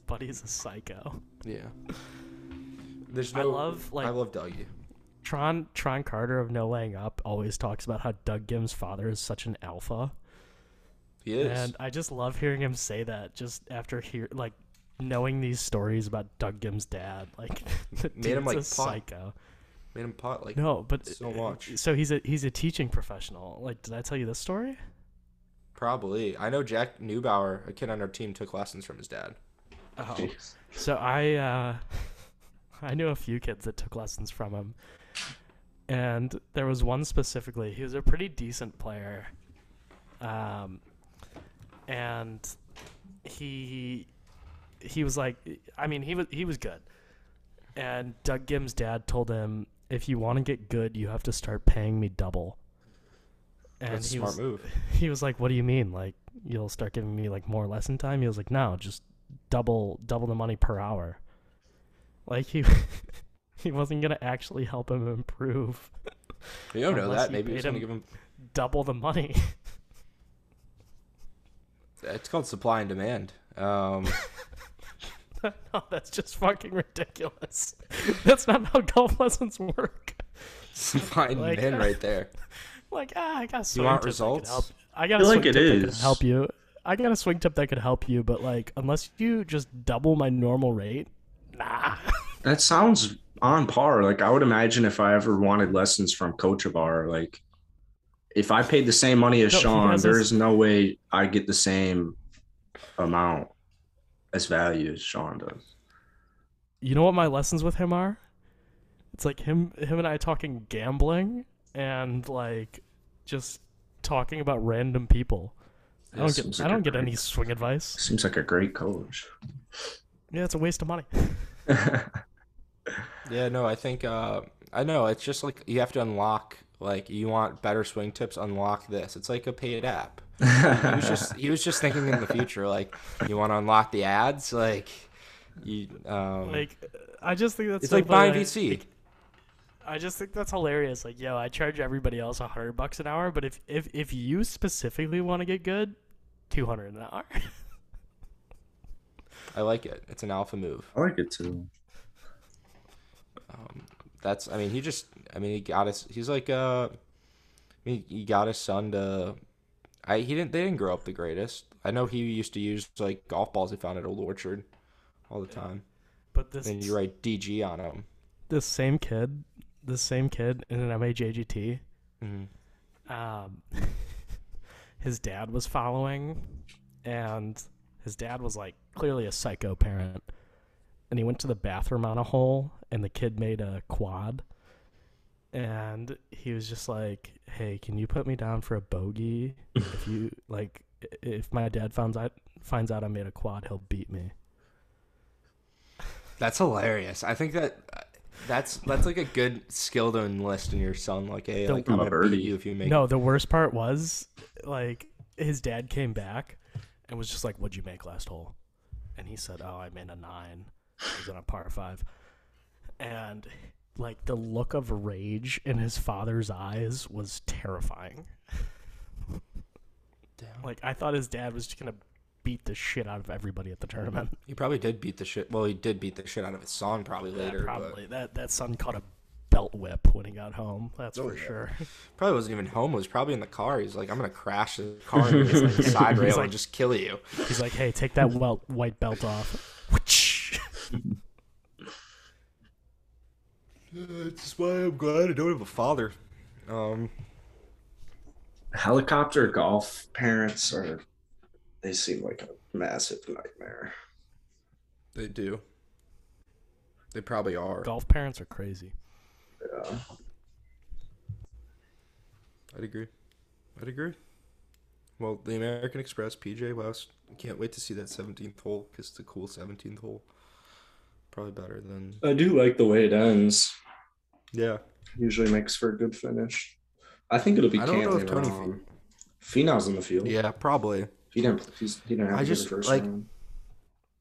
Speaker 2: Buddy's a psycho.
Speaker 1: yeah. There's no.
Speaker 2: I love like
Speaker 1: I love Dougie.
Speaker 2: Tron Tron Carter of No Laying Up always talks about how Doug Gim's father is such an alpha.
Speaker 1: He is.
Speaker 2: And I just love hearing him say that just after hear like knowing these stories about Doug Gim's dad. Like the
Speaker 1: Made him,
Speaker 2: dude's
Speaker 1: like,
Speaker 2: a
Speaker 1: pop.
Speaker 2: psycho.
Speaker 1: Made him pot like.
Speaker 2: No, but
Speaker 1: So much.
Speaker 2: So he's a he's a teaching professional. Like, did I tell you this story?
Speaker 1: Probably. I know Jack Neubauer, a kid on our team, took lessons from his dad.
Speaker 2: Oh.
Speaker 3: Jeez.
Speaker 2: So I uh I knew a few kids that took lessons from him. And there was one specifically. He was a pretty decent player. Um and he he was like I mean, he was he was good. And Doug Gim's dad told him, "If you want to get good, you have to start paying me double." And
Speaker 1: That's a
Speaker 2: he
Speaker 1: smart
Speaker 2: was,
Speaker 1: move.
Speaker 2: he was like, "What do you mean? Like you'll start giving me like more lesson time?" He was like, "No, just double double the money per hour." Like he he wasn't gonna actually help him improve.
Speaker 1: You don't know
Speaker 2: Unless
Speaker 1: that.
Speaker 2: he
Speaker 1: Maybe he's
Speaker 2: paid
Speaker 1: gonna
Speaker 2: him-
Speaker 1: give him.
Speaker 2: Double the money.
Speaker 1: It's called supply and demand. Um,
Speaker 2: no, that's just fucking ridiculous. that's not how golf lessons work.
Speaker 1: supply and
Speaker 2: Like-
Speaker 1: demand right there.
Speaker 2: Like ah, I got. a
Speaker 1: You
Speaker 2: swing
Speaker 1: want
Speaker 2: tip that could
Speaker 1: results?
Speaker 2: help- I got a
Speaker 3: feel
Speaker 2: swing
Speaker 3: like it
Speaker 2: tip that could
Speaker 3: is.
Speaker 2: help you. I got a swing tip that could help you, but like unless you just double my normal rate, nah.
Speaker 3: That sounds on par. Like I would imagine if I ever wanted lessons from Cochabar, like if I paid the same money as
Speaker 2: No, he
Speaker 3: Sean,
Speaker 2: has
Speaker 3: there
Speaker 2: this-
Speaker 3: is no way I get the same amount as value as Sean does.
Speaker 2: you know what my lessons with him are? It's like him him and I talking gambling and like just talking about random people. I
Speaker 3: That
Speaker 2: don't
Speaker 3: seems
Speaker 2: get
Speaker 3: like
Speaker 2: I
Speaker 3: a
Speaker 2: don't get
Speaker 3: great-
Speaker 2: any swing advice.
Speaker 3: Seems like a great coach.
Speaker 2: Yeah, it's a waste of money.
Speaker 1: Yeah, no, I think uh, I know. It's just like you have to unlock. Like you want better swing tips, unlock this. It's like a paid app. he was just he was just thinking in the future like you want to unlock the ads like you um
Speaker 2: Like I just think that's
Speaker 1: it's
Speaker 2: so
Speaker 1: like
Speaker 2: funny.
Speaker 1: buying VC
Speaker 2: I just think that's hilarious. Like, yo, I charge everybody else a hundred bucks an hour, but if if if you specifically want to get good, two hundred an hour.
Speaker 1: I like it it's an alpha move
Speaker 3: I like it too.
Speaker 1: Um, that's I mean he just I mean he got his he's like uh I mean, he got his son to I he didn't they didn't grow up the greatest. I know he used to use like golf balls he found at Old Orchard all the time.
Speaker 2: But this
Speaker 1: And you write DG on them.
Speaker 2: this same kid, this same kid in an MHAGT,
Speaker 1: Mm-hmm.
Speaker 2: um, his dad was following, and his dad was like clearly a psycho parent. And he went to the bathroom on a hole, and the kid made a quad. And he was just like, "Hey, can you put me down for a bogey? If you like, i- if my dad finds out finds out I made a quad, he'll beat me."
Speaker 1: That's hilarious. I think that that's that's like a good skill to enlist in your son. Like, hey,
Speaker 2: Don't
Speaker 1: like, I'm
Speaker 3: be a
Speaker 1: gonna
Speaker 3: birdie.
Speaker 1: beat you if you make.
Speaker 2: No, the worst part was like his dad came back and was just like, "What'd you make last hole?" And he said, "Oh, I made a nine. It was on a par five. And like the look of rage in his father's eyes was terrifying.
Speaker 1: Damn.
Speaker 2: Like I thought his dad was just gonna beat the shit out of everybody at the tournament.
Speaker 1: He probably did beat the shit. Well, he did beat the shit out of his son probably later. but
Speaker 2: Probably that that son caught a belt whip when he got home. That's
Speaker 1: Oh,
Speaker 2: for sure.
Speaker 1: probably wasn't even home. Was probably in the car. He's like, I'm gonna crash the car into this, like, side rail and just kill you.
Speaker 2: He's like, "Hey, take that wel- white belt off."
Speaker 1: That's why I'm glad I don't have a father. Um,
Speaker 3: Helicopter golf parents are they seem like a massive nightmare.
Speaker 1: they do. They probably are.
Speaker 2: Golf parents are crazy.
Speaker 3: Yeah.
Speaker 1: I'd agree. I'd agree. Well, the American Express, PJ West. Can't wait to see that 17th hole because it's a cool 17th hole. Probably better than.
Speaker 3: I do like the way it ends.
Speaker 1: Yeah.
Speaker 3: Usually makes for a good finish. I think it'll be
Speaker 1: I don't know if
Speaker 3: Cantley
Speaker 1: Tony-
Speaker 3: Rom. Finau's in the field.
Speaker 1: Yeah, probably.
Speaker 3: He didn't. He's, he didn't have
Speaker 1: I
Speaker 3: to do
Speaker 1: just,
Speaker 3: the first
Speaker 1: like-
Speaker 3: round.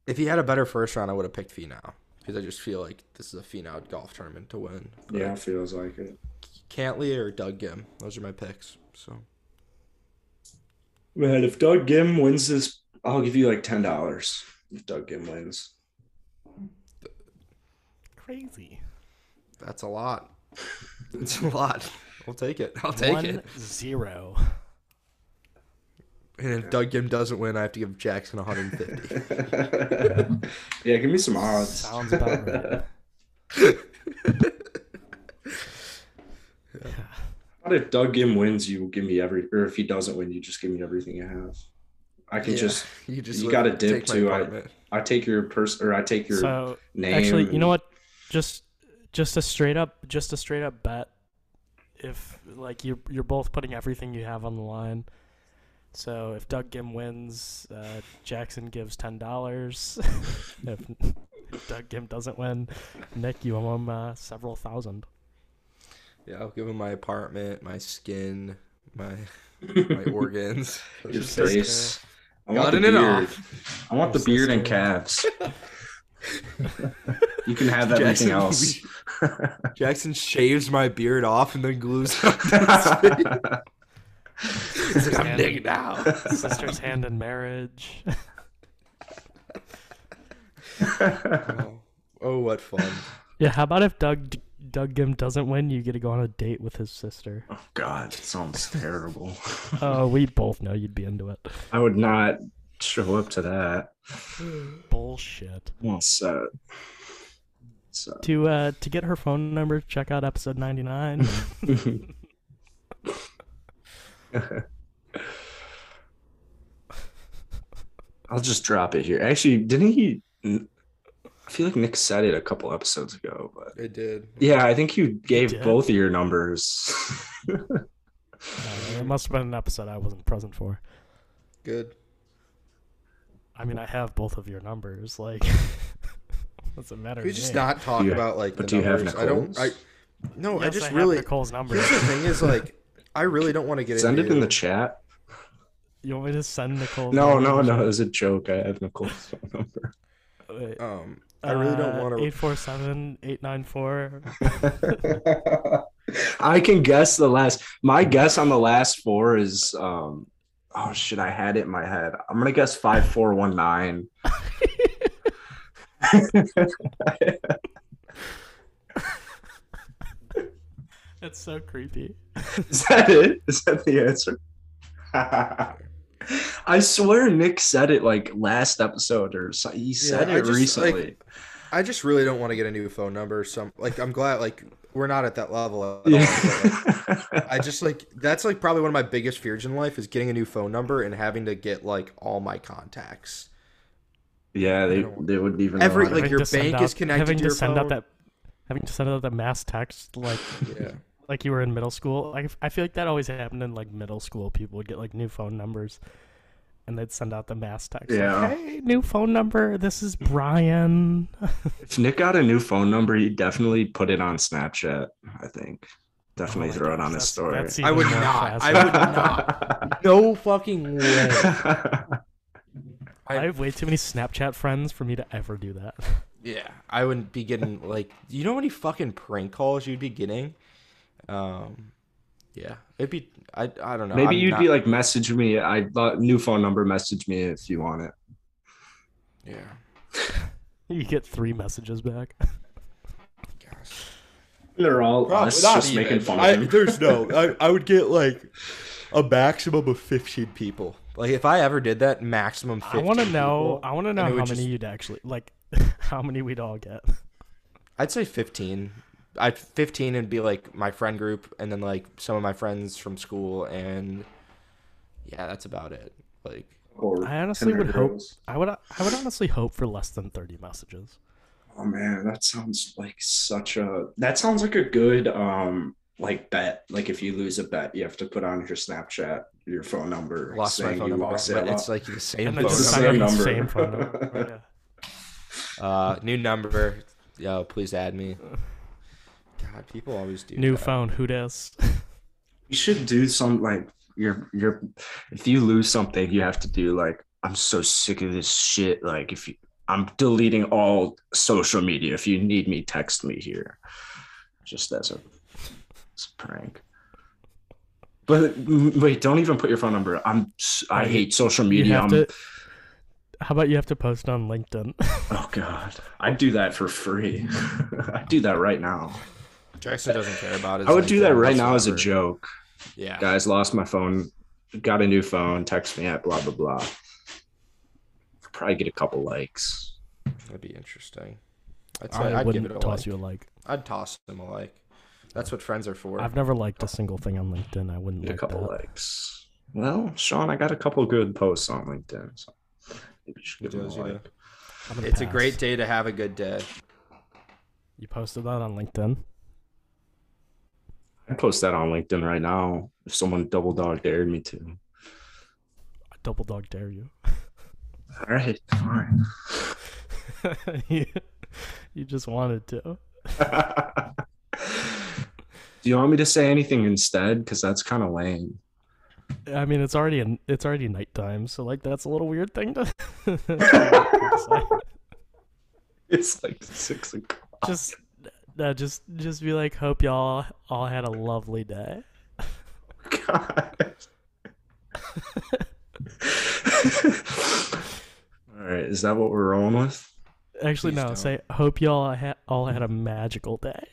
Speaker 1: If he had a better first round, I would have picked Finau because I just feel like this is a Finau golf tournament to win. But
Speaker 3: Yeah, feels like it.
Speaker 1: Cantley or Doug Gim. Those are my picks. So
Speaker 3: Man, if Doug Gim wins this, I'll give you like ten dollars. If Doug Gim wins,
Speaker 2: Crazy.
Speaker 1: that's a lot. It's a lot. I'll take it. I'll take
Speaker 2: One
Speaker 1: it.
Speaker 2: zero.
Speaker 1: And if Doug Gim doesn't win, I have to give Jackson 150.
Speaker 3: yeah, give me some odds.
Speaker 2: Sounds about right.
Speaker 3: Not if Doug Gim wins, you give me every, or if he doesn't win, you just give me everything you have. I can
Speaker 1: Yeah.
Speaker 3: just,
Speaker 1: you just
Speaker 3: You
Speaker 1: live-
Speaker 3: gotta dip
Speaker 1: take my
Speaker 3: too, I-
Speaker 1: apartment.
Speaker 3: I take your person, or I take your
Speaker 2: So
Speaker 3: name.
Speaker 2: actually, you
Speaker 3: and-
Speaker 2: know what? Just just a straight up just a straight up bet. If like you're you're both putting everything you have on the line. So if Doug Gim wins, uh, Jackson gives ten dollars. if, if Doug Gim doesn't win, Nick, you owe him uh, several thousand.
Speaker 1: Yeah, I'll give him my apartment, my skin, my my organs.
Speaker 3: Your
Speaker 1: Just-
Speaker 3: face. I want the
Speaker 1: Cutting it
Speaker 3: beard.
Speaker 1: off.
Speaker 3: I want the
Speaker 2: Your
Speaker 3: beard and
Speaker 2: sister.
Speaker 3: calves. you can have everything
Speaker 1: Jackson,
Speaker 3: else.
Speaker 1: Jackson shaves my beard off and then glues it on his face. I'm naked now.
Speaker 2: Sister's hand in marriage.
Speaker 1: Oh, oh, what fun.
Speaker 2: yeah. How about if Doug Doug Gim doesn't win, you get to go on a date with his sister.
Speaker 3: Oh God, it sounds terrible.
Speaker 2: Oh, we both know you'd be into it.
Speaker 3: I would not show up to that.
Speaker 2: Bullshit.
Speaker 3: Well, set. So
Speaker 2: To uh to get her phone number, check out episode ninety nine.
Speaker 3: I'll just drop it here. Actually, didn't he? I feel like Nick said it a couple episodes ago, but
Speaker 1: It did.
Speaker 3: yeah, I think you gave
Speaker 2: did?
Speaker 3: both of your numbers.
Speaker 2: it must have been an episode I wasn't present for.
Speaker 1: Good.
Speaker 2: I mean, I have both of your numbers. Like, doesn't matter.
Speaker 1: Can we
Speaker 2: to
Speaker 1: just
Speaker 2: me.
Speaker 1: not talk
Speaker 3: Do you-
Speaker 1: about like the
Speaker 3: but do you have
Speaker 1: numbers? I don't.
Speaker 3: Nicole's?
Speaker 1: I no.
Speaker 2: Yes,
Speaker 1: I just
Speaker 2: have
Speaker 1: really.
Speaker 2: Nicole's number.
Speaker 1: Here's the thing: is like, I really don't want to get
Speaker 3: Send it
Speaker 1: into
Speaker 3: in the chat.
Speaker 2: You want me to send Nicole?
Speaker 3: No, no, no. It was a joke. I have Nicole's phone number.
Speaker 1: Um, I really don't want to.
Speaker 2: Uh, Eight four seven eight nine four.
Speaker 3: I can guess the last. My guess on the last four is. um Oh shit! I had it in my head. I'm gonna guess five four one nine.
Speaker 4: That's so creepy.
Speaker 3: Is that it? Is that the answer? I swear Nick said it like last episode or so. He said
Speaker 1: I
Speaker 3: it
Speaker 1: just,
Speaker 3: recently.
Speaker 1: like, I just really don't want to get a new phone number. Some like I'm glad like we're not at that level. At all, but, like,
Speaker 3: yeah.
Speaker 1: I just like that's like probably one of my biggest fears in life is getting a new phone number and having to get like all my contacts.
Speaker 3: yeah, they they wouldn't even
Speaker 1: Every-
Speaker 3: know how to-
Speaker 1: like, your
Speaker 2: to send
Speaker 1: bank
Speaker 2: out-
Speaker 1: is connected
Speaker 2: having
Speaker 1: to
Speaker 2: to
Speaker 1: your
Speaker 2: send
Speaker 1: phone.
Speaker 2: out that having to send out that mass text like
Speaker 1: Yeah.
Speaker 2: like you were in middle school. Like I feel like that always happened in like middle school. People would get like new phone numbers, and they'd send out the mass text.
Speaker 3: Yeah.
Speaker 2: Like, hey, new phone number. This is Brian.
Speaker 3: if Nick got a new phone number, he'd definitely put it on Snapchat. I think definitely
Speaker 2: Oh my
Speaker 3: throw it
Speaker 2: gosh,
Speaker 3: on
Speaker 2: that's-
Speaker 3: his story.
Speaker 2: that's
Speaker 1: I would
Speaker 2: even more
Speaker 1: not. I
Speaker 2: classic.
Speaker 1: would not. No fucking way.
Speaker 2: I have way too many Snapchat friends for me to ever do that.
Speaker 1: Yeah, I wouldn't be getting like you know how many fucking prank calls you'd be getting. Um, yeah, it'd be I I don't know.
Speaker 3: Maybe
Speaker 1: I'm
Speaker 3: you'd
Speaker 1: not-
Speaker 3: be like, message me. I thought new phone number. Message me if you want it.
Speaker 1: yeah,
Speaker 2: You get three messages back.
Speaker 1: gosh,
Speaker 3: They're all
Speaker 1: there's no. I I would get like a maximum of fifteen people. Like if I ever did that, maximum. 15
Speaker 2: I want to know.
Speaker 1: people,
Speaker 2: I want to
Speaker 1: and
Speaker 2: know
Speaker 1: it
Speaker 2: how
Speaker 1: would
Speaker 2: many
Speaker 1: just-
Speaker 2: you'd actually like. How many we'd all get.
Speaker 1: I'd say fifteen. I fifteen would be like my friend group, and then like some of my friends from school, and yeah, that's about it. Like
Speaker 2: I honestly would hope. I would. I would honestly hope for less than thirty messages.
Speaker 3: Oh man, that sounds like such a that sounds like a good um like bet. Like if you lose a bet, you have to put on your Snapchat your phone number
Speaker 1: lost my
Speaker 3: saying
Speaker 1: phone
Speaker 3: you
Speaker 1: number,
Speaker 3: lost
Speaker 1: but
Speaker 3: it.
Speaker 1: it's like the same.
Speaker 2: And
Speaker 1: Phone
Speaker 2: then
Speaker 3: It's the
Speaker 2: just
Speaker 1: number.
Speaker 2: sign up
Speaker 3: same
Speaker 2: with the
Speaker 3: number.
Speaker 2: same phone number. Yeah.
Speaker 1: Uh, new number. Yo, please add me. God, people always do.
Speaker 2: New
Speaker 1: that.
Speaker 2: phone. Who does?
Speaker 3: you should do some like your your if you lose something, you have to do like I'm so sick of this shit. Like if you I'm deleting all social media. If you need me, text me here. Just as a, as a prank. But mm, wait, don't even put your phone number. I'm s- I
Speaker 2: Right.
Speaker 3: hate social
Speaker 2: You
Speaker 3: media.
Speaker 2: have
Speaker 3: I'm
Speaker 2: to. How about you have to post on LinkedIn?
Speaker 3: Oh God, I do that for free. I do that right now.
Speaker 1: Jackson doesn't care about it.
Speaker 3: I would do that right now as a joke.
Speaker 1: Yeah.
Speaker 3: Guys, lost my phone, got a new phone. Text me at blah blah blah. Probably get a couple likes.
Speaker 1: That'd be interesting. I'd say
Speaker 2: I
Speaker 1: I would give
Speaker 2: wouldn't
Speaker 1: it a
Speaker 2: toss
Speaker 1: like.
Speaker 2: you a like.
Speaker 1: I'd toss them a like. That's what friends are for.
Speaker 2: I've never liked a single thing on LinkedIn. I wouldn't
Speaker 3: Get a
Speaker 2: like
Speaker 3: couple
Speaker 2: that.
Speaker 3: likes. Well, Sean, I got a couple good posts on LinkedIn. So maybe you should give them a
Speaker 1: does, you know.
Speaker 3: like.
Speaker 2: I'm gonna
Speaker 1: It's a
Speaker 2: pass.
Speaker 1: great day to have a good day.
Speaker 2: You posted that on LinkedIn.
Speaker 3: I post that on LinkedIn right now. If someone double dog dared me to.
Speaker 2: I double dog dare you.
Speaker 3: All right, fine.
Speaker 2: you. You just wanted to.
Speaker 3: do you want me to say anything instead? Because that's kind of lame.
Speaker 2: I mean, it's already an, it's already nighttime, so like that's a little weird thing to. that's a weird thing to say.
Speaker 3: It's like six o'clock.
Speaker 2: just no, just just be like, hope y'all all had a lovely day.
Speaker 3: God. All right, is that what we're rolling with?
Speaker 2: Actually,
Speaker 1: Please
Speaker 2: no,
Speaker 1: don't.
Speaker 2: say hope y'all ha- all had a magical day.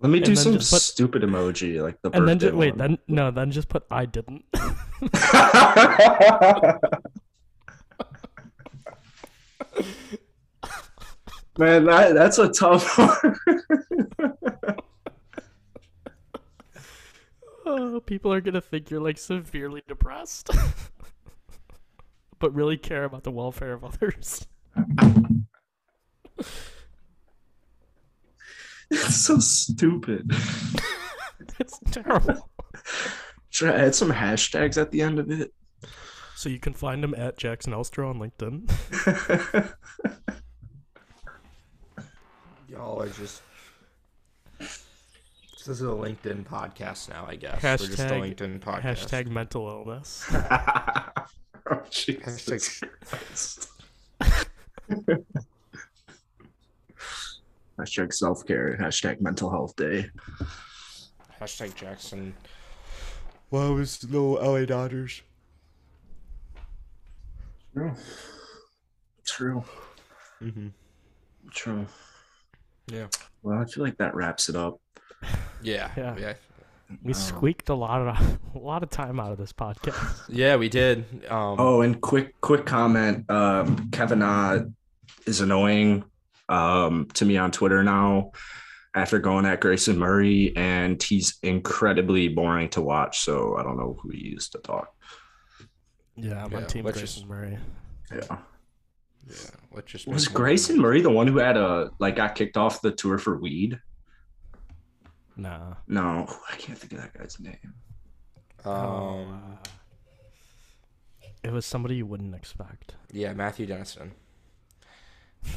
Speaker 3: Let me
Speaker 2: And
Speaker 3: do
Speaker 2: then
Speaker 3: some
Speaker 2: just put-
Speaker 3: stupid emoji like the
Speaker 2: And then
Speaker 3: birthday
Speaker 2: just wait,
Speaker 3: one.
Speaker 2: then no, then just put I didn't.
Speaker 3: Man, that, that's a tough one.
Speaker 2: oh, people are gonna think you're like severely depressed, but really care about the welfare of others.
Speaker 3: It's so stupid.
Speaker 2: it's terrible.
Speaker 3: Should I add some hashtags at the end of it?
Speaker 2: So you can find him at Jackson Elstro on LinkedIn.
Speaker 1: Y'all are just. This is a LinkedIn podcast now, I guess. We're just a
Speaker 2: Hashtag-
Speaker 1: LinkedIn podcast.
Speaker 2: Hashtag mental illness.
Speaker 3: oh, Jesus
Speaker 1: Hashtag-
Speaker 3: Christ. hashtag self care, hashtag mental health day.
Speaker 1: Hashtag Jackson.
Speaker 5: Well, it was the LA Dodgers.
Speaker 3: True.
Speaker 1: Mm-hmm.
Speaker 3: True.
Speaker 1: Yeah.
Speaker 3: Well, I feel like that wraps it up.
Speaker 1: Yeah.
Speaker 2: Yeah.
Speaker 1: Yeah.
Speaker 2: We
Speaker 3: Um,
Speaker 2: squeaked a lot of a lot of time out of this podcast.
Speaker 1: Yeah, we did. Um,
Speaker 3: Oh, and quick quick comment. Um, Kevin Na is annoying um, to me on Twitter now after going at Grayson Murray, and he's incredibly boring to watch. So I don't know who he used to talk.
Speaker 2: yeah,
Speaker 1: on
Speaker 2: my
Speaker 1: Yeah, team
Speaker 2: team
Speaker 1: let's Grayson just-
Speaker 2: Murray.
Speaker 3: Yeah.
Speaker 1: yeah. Let's just
Speaker 3: Was
Speaker 1: make one-
Speaker 3: Grayson Murray the one who had a like got kicked off the tour for weed?
Speaker 2: Nah.
Speaker 3: No, I can't think of that guy's name.
Speaker 1: Um,
Speaker 2: Oh, It was somebody you wouldn't expect.
Speaker 1: yeah, Matthew Dennison.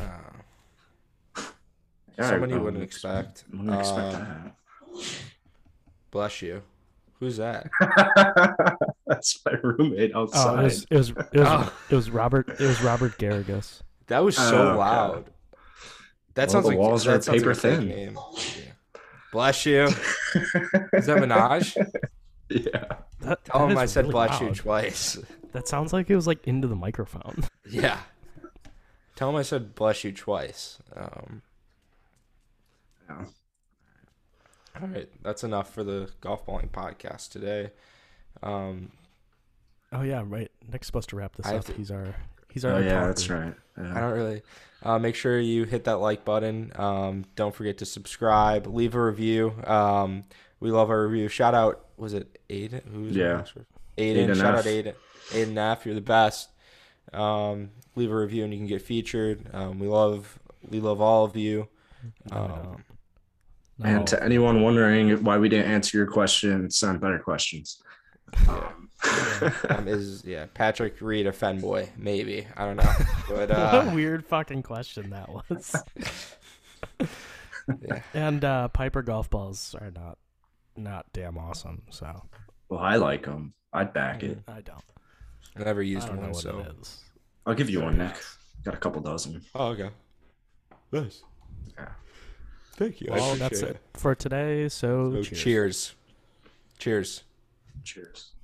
Speaker 1: Uh,
Speaker 3: All right,
Speaker 1: someone you
Speaker 3: um,
Speaker 1: wouldn't expect.
Speaker 3: Wouldn't expect
Speaker 1: Uh, bless you. Who's that?
Speaker 3: that. That's my roommate
Speaker 2: Oh,
Speaker 3: outside.
Speaker 2: it was it was it was,
Speaker 1: Oh.
Speaker 2: it was Robert it was Robert Garrigus.
Speaker 1: That was so
Speaker 3: Oh, God.
Speaker 1: loud. That
Speaker 3: Well,
Speaker 1: sounds
Speaker 3: the
Speaker 1: like
Speaker 3: walls
Speaker 1: that
Speaker 3: are
Speaker 1: sounds like
Speaker 3: paper
Speaker 1: a fake
Speaker 3: thin.
Speaker 1: name. Yeah. Bless you. Is that Minaj?
Speaker 3: yeah.
Speaker 2: That,
Speaker 1: Tell him
Speaker 2: that is
Speaker 1: I said
Speaker 2: really
Speaker 1: bless you
Speaker 2: loud.
Speaker 1: twice.
Speaker 2: That sounds like it was like into the microphone.
Speaker 1: Yeah. Tell him I said bless you twice. Um,
Speaker 3: Yeah.
Speaker 1: all right, that's enough for the golf balling podcast today. Um,
Speaker 2: Oh yeah, right. Nick's supposed to wrap this
Speaker 1: I have
Speaker 2: up.
Speaker 1: to-
Speaker 2: He's our he's our
Speaker 3: Oh yeah,
Speaker 2: talker.
Speaker 3: that's right.
Speaker 1: I
Speaker 3: Yeah.
Speaker 1: don't really. Uh, make sure you hit that like button. Um, don't forget to subscribe. Leave a review. Um, we love our review. Shout out. Was it Aiden? Who's
Speaker 3: Yeah.
Speaker 1: Aiden.
Speaker 3: Aiden
Speaker 1: Shout
Speaker 3: F.
Speaker 1: out Aiden. Aiden F. You're the best. Um, leave a review and you can get featured. Um, we love we love all of you.
Speaker 2: No, we
Speaker 1: Um,
Speaker 2: don't. No.
Speaker 3: And to anyone wondering why we didn't answer your question, send better questions. Um,
Speaker 1: um, is yeah Patrick Reed a fanboy? Maybe I don't know, but
Speaker 2: what a
Speaker 1: uh,
Speaker 2: weird fucking question that was.
Speaker 1: Yeah.
Speaker 2: And uh, Piper golf balls are not not damn awesome. So
Speaker 3: well, I like them. I'd back it.
Speaker 2: I don't.
Speaker 1: I never
Speaker 2: I
Speaker 1: used
Speaker 2: don't know
Speaker 1: one.
Speaker 2: what
Speaker 1: So
Speaker 2: it is.
Speaker 3: I'll give you one, Nick. Got a couple dozen.
Speaker 1: oh okay,
Speaker 5: Nice.
Speaker 3: Yeah.
Speaker 5: Thank you. I
Speaker 2: Well, Oh, that's
Speaker 5: appreciate
Speaker 2: it for today. So,
Speaker 1: cheers, cheers.
Speaker 3: Cheers.